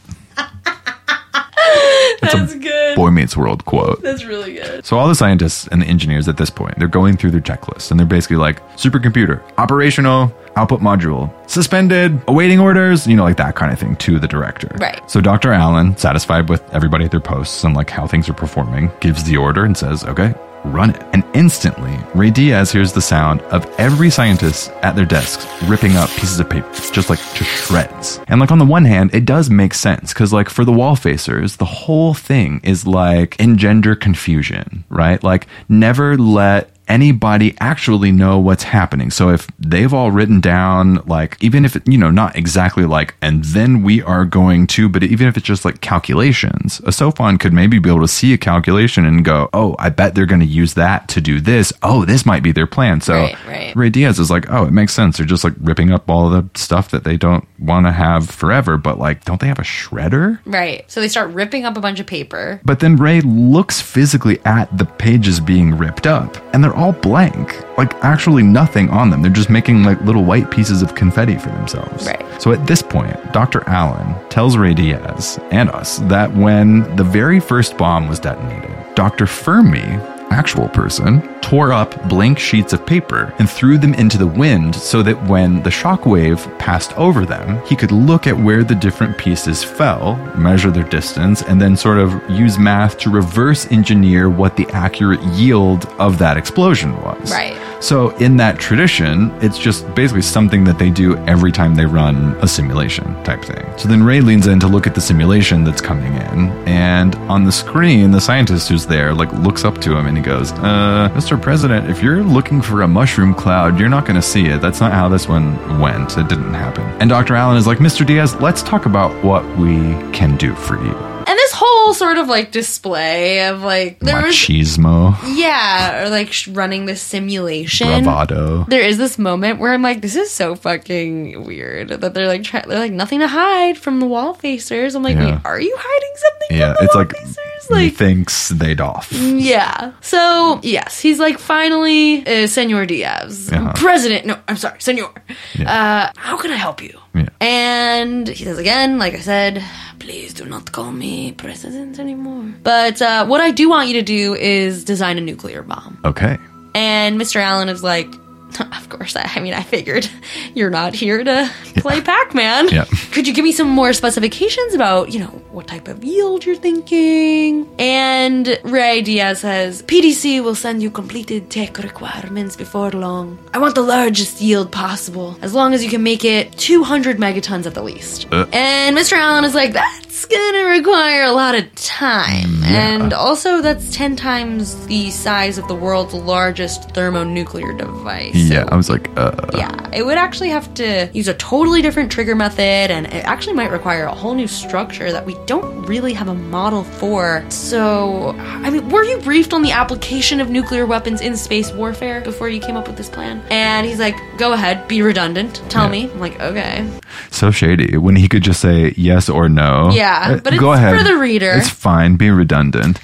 Speaker 1: That's good.
Speaker 3: Boy Meets World quote.
Speaker 1: That's really good.
Speaker 3: So all the scientists and the engineers at this point, they're going through their checklists and they're basically like supercomputer, operational, output module, suspended, awaiting orders, you know, like that kind of thing to the director.
Speaker 1: Right.
Speaker 3: So Dr. Allen, satisfied with everybody at their posts and like how things are performing, gives the order and says, "Okay, run it." And instantly, Ray Diaz hears the sound of every scientist at their desks ripping up pieces of paper, just like to shreds. And like on the one hand, it does make sense because like for the wall facers, the whole thing is like engender confusion, right? Like never let anybody actually know what's happening. So if they've all written down, like, even if, it, you know, not exactly like, and then we are going to, but even if it's just like calculations, a Sophon could maybe be able to see a calculation and go, oh, I bet they're going to use that to do this. Oh, this might be their plan. So
Speaker 1: Right, right.
Speaker 3: Ray Diaz is like, oh, it makes sense. They're just like ripping up all the stuff that they don't want to have forever. But like, don't they have a shredder?
Speaker 1: Right. So they start ripping up a bunch of paper.
Speaker 3: But then Ray looks physically at the pages being ripped up, and they're all blank. Like, actually, nothing on them. They're just making like little white pieces of confetti for themselves.
Speaker 1: Right.
Speaker 3: So at this point, Dr. Allen tells Ray Diaz and us that when the very first bomb was detonated, Dr. Fermi, actual person, tore up blank sheets of paper and threw them into the wind so that when the shockwave passed over them, he could look at where the different pieces fell, measure their distance, and then sort of use math to reverse engineer what the accurate yield of that explosion was.
Speaker 1: Right.
Speaker 3: So, in that tradition, it's just basically something that they do every time they run a simulation type thing. So then Ray leans in to look at the simulation that's coming in, and on the screen, the scientist who's there like looks up to him and he goes, "Uh, Mr. President, if you're looking for a mushroom cloud, you're not going to see it. That's not how this one went. It didn't happen." And Dr. Allen is like, "Mr. Diaz, let's talk about what we can do for you."
Speaker 1: And this whole sort of like display of like there was
Speaker 3: Machismo,
Speaker 1: yeah or like sh- running this simulation
Speaker 3: bravado.
Speaker 1: there is this moment where I'm like, this is so fucking weird that they're like, try- they're like nothing to hide from the wall facers. I'm like,
Speaker 3: Yeah.
Speaker 1: wait, are you hiding something?
Speaker 3: Yeah,
Speaker 1: from the
Speaker 3: it's
Speaker 1: wall
Speaker 3: like,
Speaker 1: facers?
Speaker 3: he
Speaker 1: like.
Speaker 3: thinks they'd off.
Speaker 1: Yeah. So yes, he's like finally uh, Senor Diaz,
Speaker 3: Uh-huh.
Speaker 1: President. No, I'm sorry, Senor.
Speaker 3: Yeah.
Speaker 1: Uh, how can I help you?
Speaker 3: Yeah.
Speaker 1: And he says again, like I said, please do not call me President anymore. But uh, what I do want you to do is design a nuclear bomb.
Speaker 3: Okay.
Speaker 1: And Mr. Allen is like, Of course, I, I mean, I figured you're not here to play Pac Man.
Speaker 3: Yeah.
Speaker 1: Could you give me some more specifications about, you know, what type of yield you're thinking? And Ray Diaz says, PDC will send you completed tech requirements before long. I want the largest yield possible, as long as you can make it 200 megatons at the least.
Speaker 3: Uh.
Speaker 1: And Mr. Allen is like, That's gonna require a lot of time.
Speaker 3: Mm,
Speaker 1: And also, that's 10 times the size of the world's largest thermonuclear device.
Speaker 3: Yeah, I was like, uh,
Speaker 1: Yeah, it would actually have to use a totally different trigger method, and it actually might require a whole new structure that we don't really have a model for. So, I mean, were you briefed on the application of nuclear weapons in space warfare before you came up with this plan? And he's like, go ahead, be redundant, tell me. I'm like, okay.
Speaker 3: so shady when he could just say yes or no.
Speaker 1: Yeah,
Speaker 3: Uh,
Speaker 1: but
Speaker 3: go
Speaker 1: it's
Speaker 3: ahead.
Speaker 1: for the reader.
Speaker 3: It's fine. Be redundant.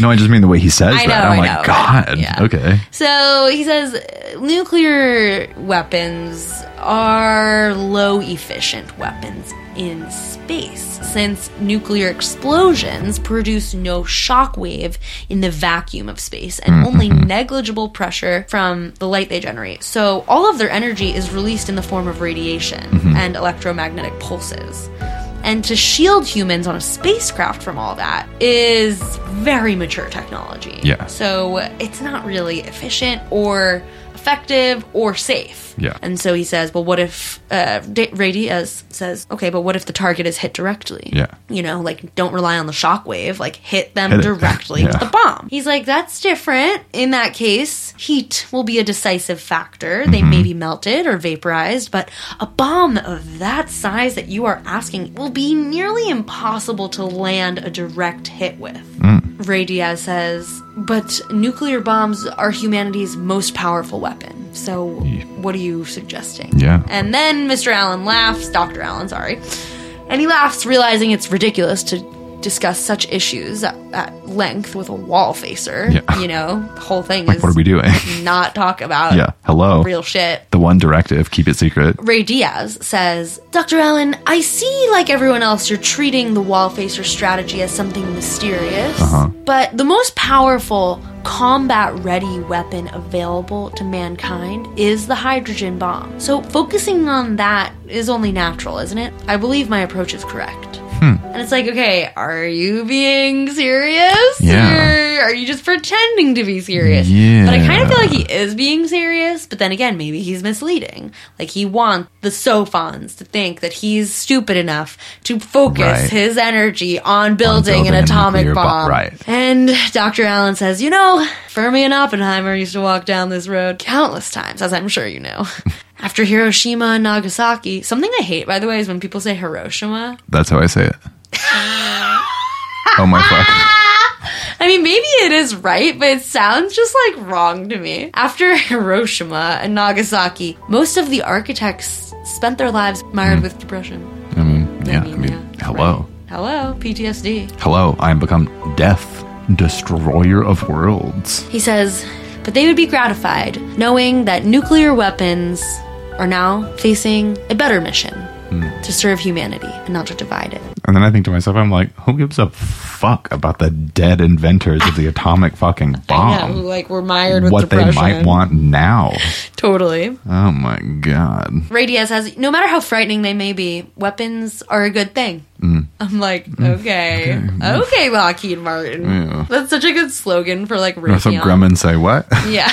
Speaker 3: no, I just mean the way he says
Speaker 1: I know,
Speaker 3: that.
Speaker 1: I
Speaker 3: I'm like,
Speaker 1: know.
Speaker 3: God.
Speaker 1: Yeah.
Speaker 3: Okay.
Speaker 1: So he says uh, nuclear weapons are low efficient weapons in space since nuclear explosions produce no shockwave in the vacuum of space and only negligible pressure from the light they generate. So all of their energy is released in the form of radiation and electromagnetic pulses. And to shield humans on a spacecraft from all that is very mature technology.
Speaker 3: Yeah.
Speaker 1: So it's not really efficient or effective or safe.
Speaker 3: Yeah.
Speaker 1: And so he says, well, what if uh, D- Ray Diaz says, okay, but what if the target is hit directly?
Speaker 3: Yeah.
Speaker 1: You know, like don't rely on the shockwave, like hit them
Speaker 3: Hit it.
Speaker 1: directly
Speaker 3: Yeah.
Speaker 1: with the bomb. He's like, that's different. In that case, heat will be a decisive factor.
Speaker 3: Mm-hmm.
Speaker 1: They may be melted or vaporized, but a bomb of that size that you are asking will be nearly impossible to land a direct hit with. Ray Diaz says, but nuclear bombs are humanity's most powerful weapon. So, what are you suggesting?
Speaker 3: Yeah.
Speaker 1: And then Mr. Allen laughs, Dr. Allen, sorry. And he laughs, realizing it's ridiculous to discuss such issues at, at length with a wall facer.
Speaker 3: Yeah.
Speaker 1: You know, the whole thing is
Speaker 3: What are we doing?
Speaker 1: not talk about
Speaker 3: yeah. Hello.
Speaker 1: real shit.
Speaker 3: The one directive: keep it secret.
Speaker 1: Ray Diaz says, Dr. Allen, I see, like everyone else, you're treating the wall facer strategy as something mysterious, but the most powerful combat ready weapon available to mankind is the hydrogen bomb. So focusing on that is only natural, isn't it? I believe my approach is correct. And it's like, okay, are you being serious?
Speaker 3: Yeah.
Speaker 1: Or are you just pretending to be serious?
Speaker 3: Yeah.
Speaker 1: But I kind of feel like he is being serious, but then again, maybe he's misleading. Like he wants the Sophons to think that he's stupid enough to focus
Speaker 3: Right.
Speaker 1: his energy on building,
Speaker 3: building a
Speaker 1: an atomic
Speaker 3: nuclear
Speaker 1: bomb.
Speaker 3: bomb, right.
Speaker 1: And Dr. Allen says, you know, Fermi and Oppenheimer used to walk down this road countless times, as I'm sure you know. After Hiroshima and Nagasaki, something I hate, by the way, is when people say Hiroshima.
Speaker 3: That's how I say it. oh my fuck.
Speaker 1: I mean, maybe it is right, but it sounds just like wrong to me. After Hiroshima and Nagasaki, most of the architects spent their lives mired with depression.
Speaker 3: I mean, yeah. I mean,
Speaker 1: mean, yeah.
Speaker 3: hello.
Speaker 1: Hello, PTSD.
Speaker 3: Hello, I am become death, destroyer of worlds.
Speaker 1: He says, but they would be gratified knowing that nuclear weapons are now facing a better mission
Speaker 3: Hmm.
Speaker 1: to serve humanity and not to divide it.
Speaker 3: And then I think to myself, I'm like, who gives a fuck about the dead inventors of the atomic fucking bomb?
Speaker 1: like we're mired
Speaker 3: what they might want now.
Speaker 1: Totally.
Speaker 3: Oh my god.
Speaker 1: Ray Diaz has, no matter how frightening they may be, weapons are a good thing.
Speaker 3: Mm.
Speaker 1: I'm like, okay. Okay, Lockheed Martin.
Speaker 3: Yeah.
Speaker 1: That's such a good slogan for like
Speaker 3: Or some
Speaker 1: Raytheon.
Speaker 3: gremlin say what?
Speaker 1: Yeah.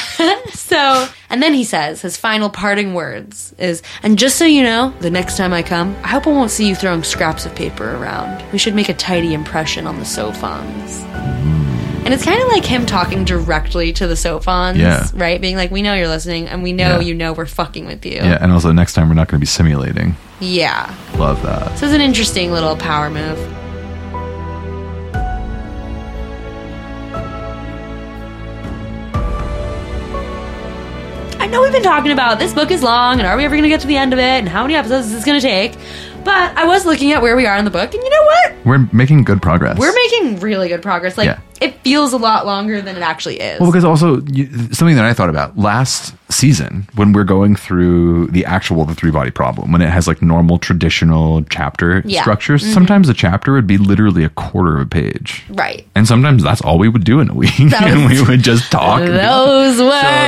Speaker 1: so, and then he says, his final parting words is, and just so you know, the next time I come, I hope I won't see you throwing scraps of paper around. We should make a tidy impression on the Sophons.
Speaker 3: Mm.
Speaker 1: And it's kind of like him talking directly to the Sophons,
Speaker 3: Yeah.
Speaker 1: right? Being like, we know you're listening, and we know
Speaker 3: Yeah.
Speaker 1: you know we're fucking with you.
Speaker 3: yeah, and also next time we're not going to be simulating.
Speaker 1: yeah.
Speaker 3: Love that.
Speaker 1: So it's an interesting little power move. know we've been talking about this book is long and are we ever going to get to the end of it and how many episodes is this going to take? But I was looking at where we are in the book and you know what?
Speaker 3: We're making good progress.
Speaker 1: We're making really good progress. Like
Speaker 3: Yeah.
Speaker 1: it feels a lot longer than it actually is.
Speaker 3: Well, because also you, something that I thought about last season when we're going through the actual the three body problem when it has like normal traditional chapter
Speaker 1: Yeah. Mm-hmm.
Speaker 3: structures, sometimes a chapter would be literally a quarter of a page,
Speaker 1: right.
Speaker 3: and sometimes that's all we would do in a week, and
Speaker 1: was-
Speaker 3: we would just talk. and be like,
Speaker 1: Those were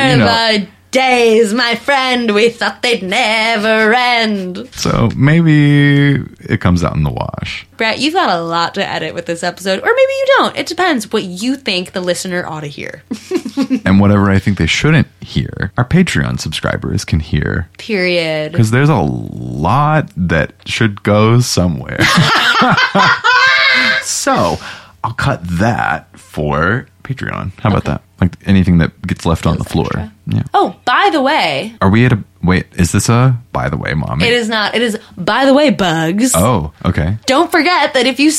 Speaker 3: you know.
Speaker 1: the days, my friend. We thought they'd never end.
Speaker 3: So maybe it comes out in the wash.
Speaker 1: Brett, you've got a lot to edit with this episode, or maybe you don't. It depends what you think the listener ought to hear.
Speaker 3: and whatever I think they shouldn't hear, our Patreon subscribers can hear
Speaker 1: Period.
Speaker 3: because there's a lot that should go somewhere. so I'll cut that for Patreon. How about that? Like anything that gets left on the floor. Yeah.
Speaker 1: Oh, by the way,
Speaker 3: Are we at a wait? Is this a by the way, mommy?
Speaker 1: it is not. It is, by the way, bugs.
Speaker 3: Oh, okay.
Speaker 1: Don't forget that if you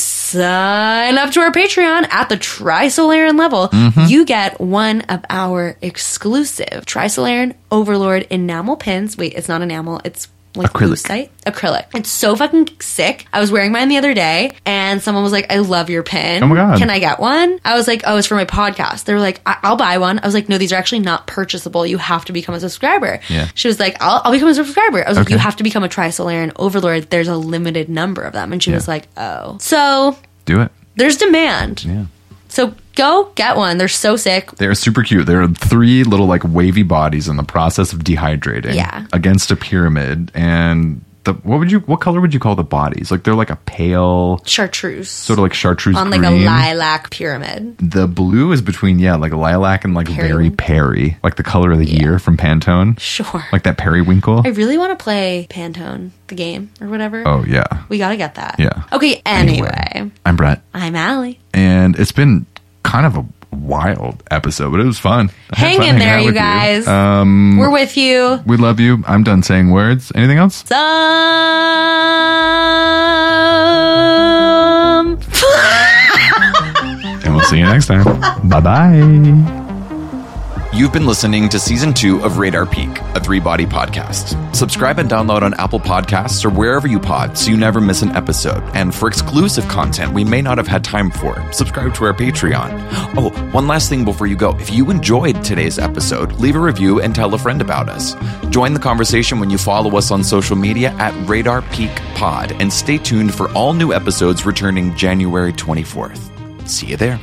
Speaker 1: sign up to our Patreon at the Trisolarian level,
Speaker 3: Mm-hmm.
Speaker 1: you get one of our exclusive Trisolarian Overlord enamel pins. Wait, it's not enamel, it's like
Speaker 3: Acrylic.
Speaker 1: lucite? Acrylic. It's so fucking sick. I was wearing mine the other day and someone was like, I love your pin.
Speaker 3: Oh my God.
Speaker 1: Can I get one? I was like, oh, it's for my podcast. They were like, I- I'll buy one. I was like, no, these are actually not purchasable. You have to become a subscriber.
Speaker 3: Yeah.
Speaker 1: She was like, I'll, I'll become a subscriber. I was like,
Speaker 3: Okay.
Speaker 1: you have to become a Trisolarian Overlord. There's a limited number of them. And she
Speaker 3: Yeah.
Speaker 1: was like, oh. So
Speaker 3: Do it.
Speaker 1: there's demand.
Speaker 3: Yeah.
Speaker 1: So go get one. They're so sick.
Speaker 3: They're super cute. There are three little like wavy bodies in the process of dehydrating
Speaker 1: Yeah.
Speaker 3: against a pyramid and the what would you what color would you call the bodies? Like they're like a pale
Speaker 1: Chartreuse.
Speaker 3: sort of like chartreuse
Speaker 1: on like
Speaker 3: green.
Speaker 1: a lilac pyramid.
Speaker 3: The blue is between yeah, like lilac and like
Speaker 1: Perry.
Speaker 3: very perry, like the color of the year from Pantone.
Speaker 1: Sure.
Speaker 3: Like that periwinkle.
Speaker 1: I really want to play Pantone, the game or whatever.
Speaker 3: oh yeah.
Speaker 1: We got to get that.
Speaker 3: Yeah.
Speaker 1: Okay, anyway,
Speaker 3: I'm Brett
Speaker 1: I'm Allie.
Speaker 3: and it's been kind of a wild episode, but it was fun. I had
Speaker 1: Hang
Speaker 3: fun
Speaker 1: in
Speaker 3: hanging
Speaker 1: there,
Speaker 3: out
Speaker 1: you
Speaker 3: with Um,
Speaker 1: guys. We're with you.
Speaker 3: We love you. I'm done saying words. Anything else?
Speaker 1: Some.
Speaker 3: And we'll see you next time. Bye bye.
Speaker 2: You've been listening to season two of Radar Peak, a three body podcast. Subscribe and download on Apple Podcasts or wherever you pod so you never miss an episode. And for exclusive content we may not have had time for, subscribe to our Patreon. Oh, one last thing before you go. If you enjoyed today's episode, leave a review and tell a friend about us. Join the conversation when you follow us on social media at Radar Peak Pod and stay tuned for all new episodes returning January 24th. See you there.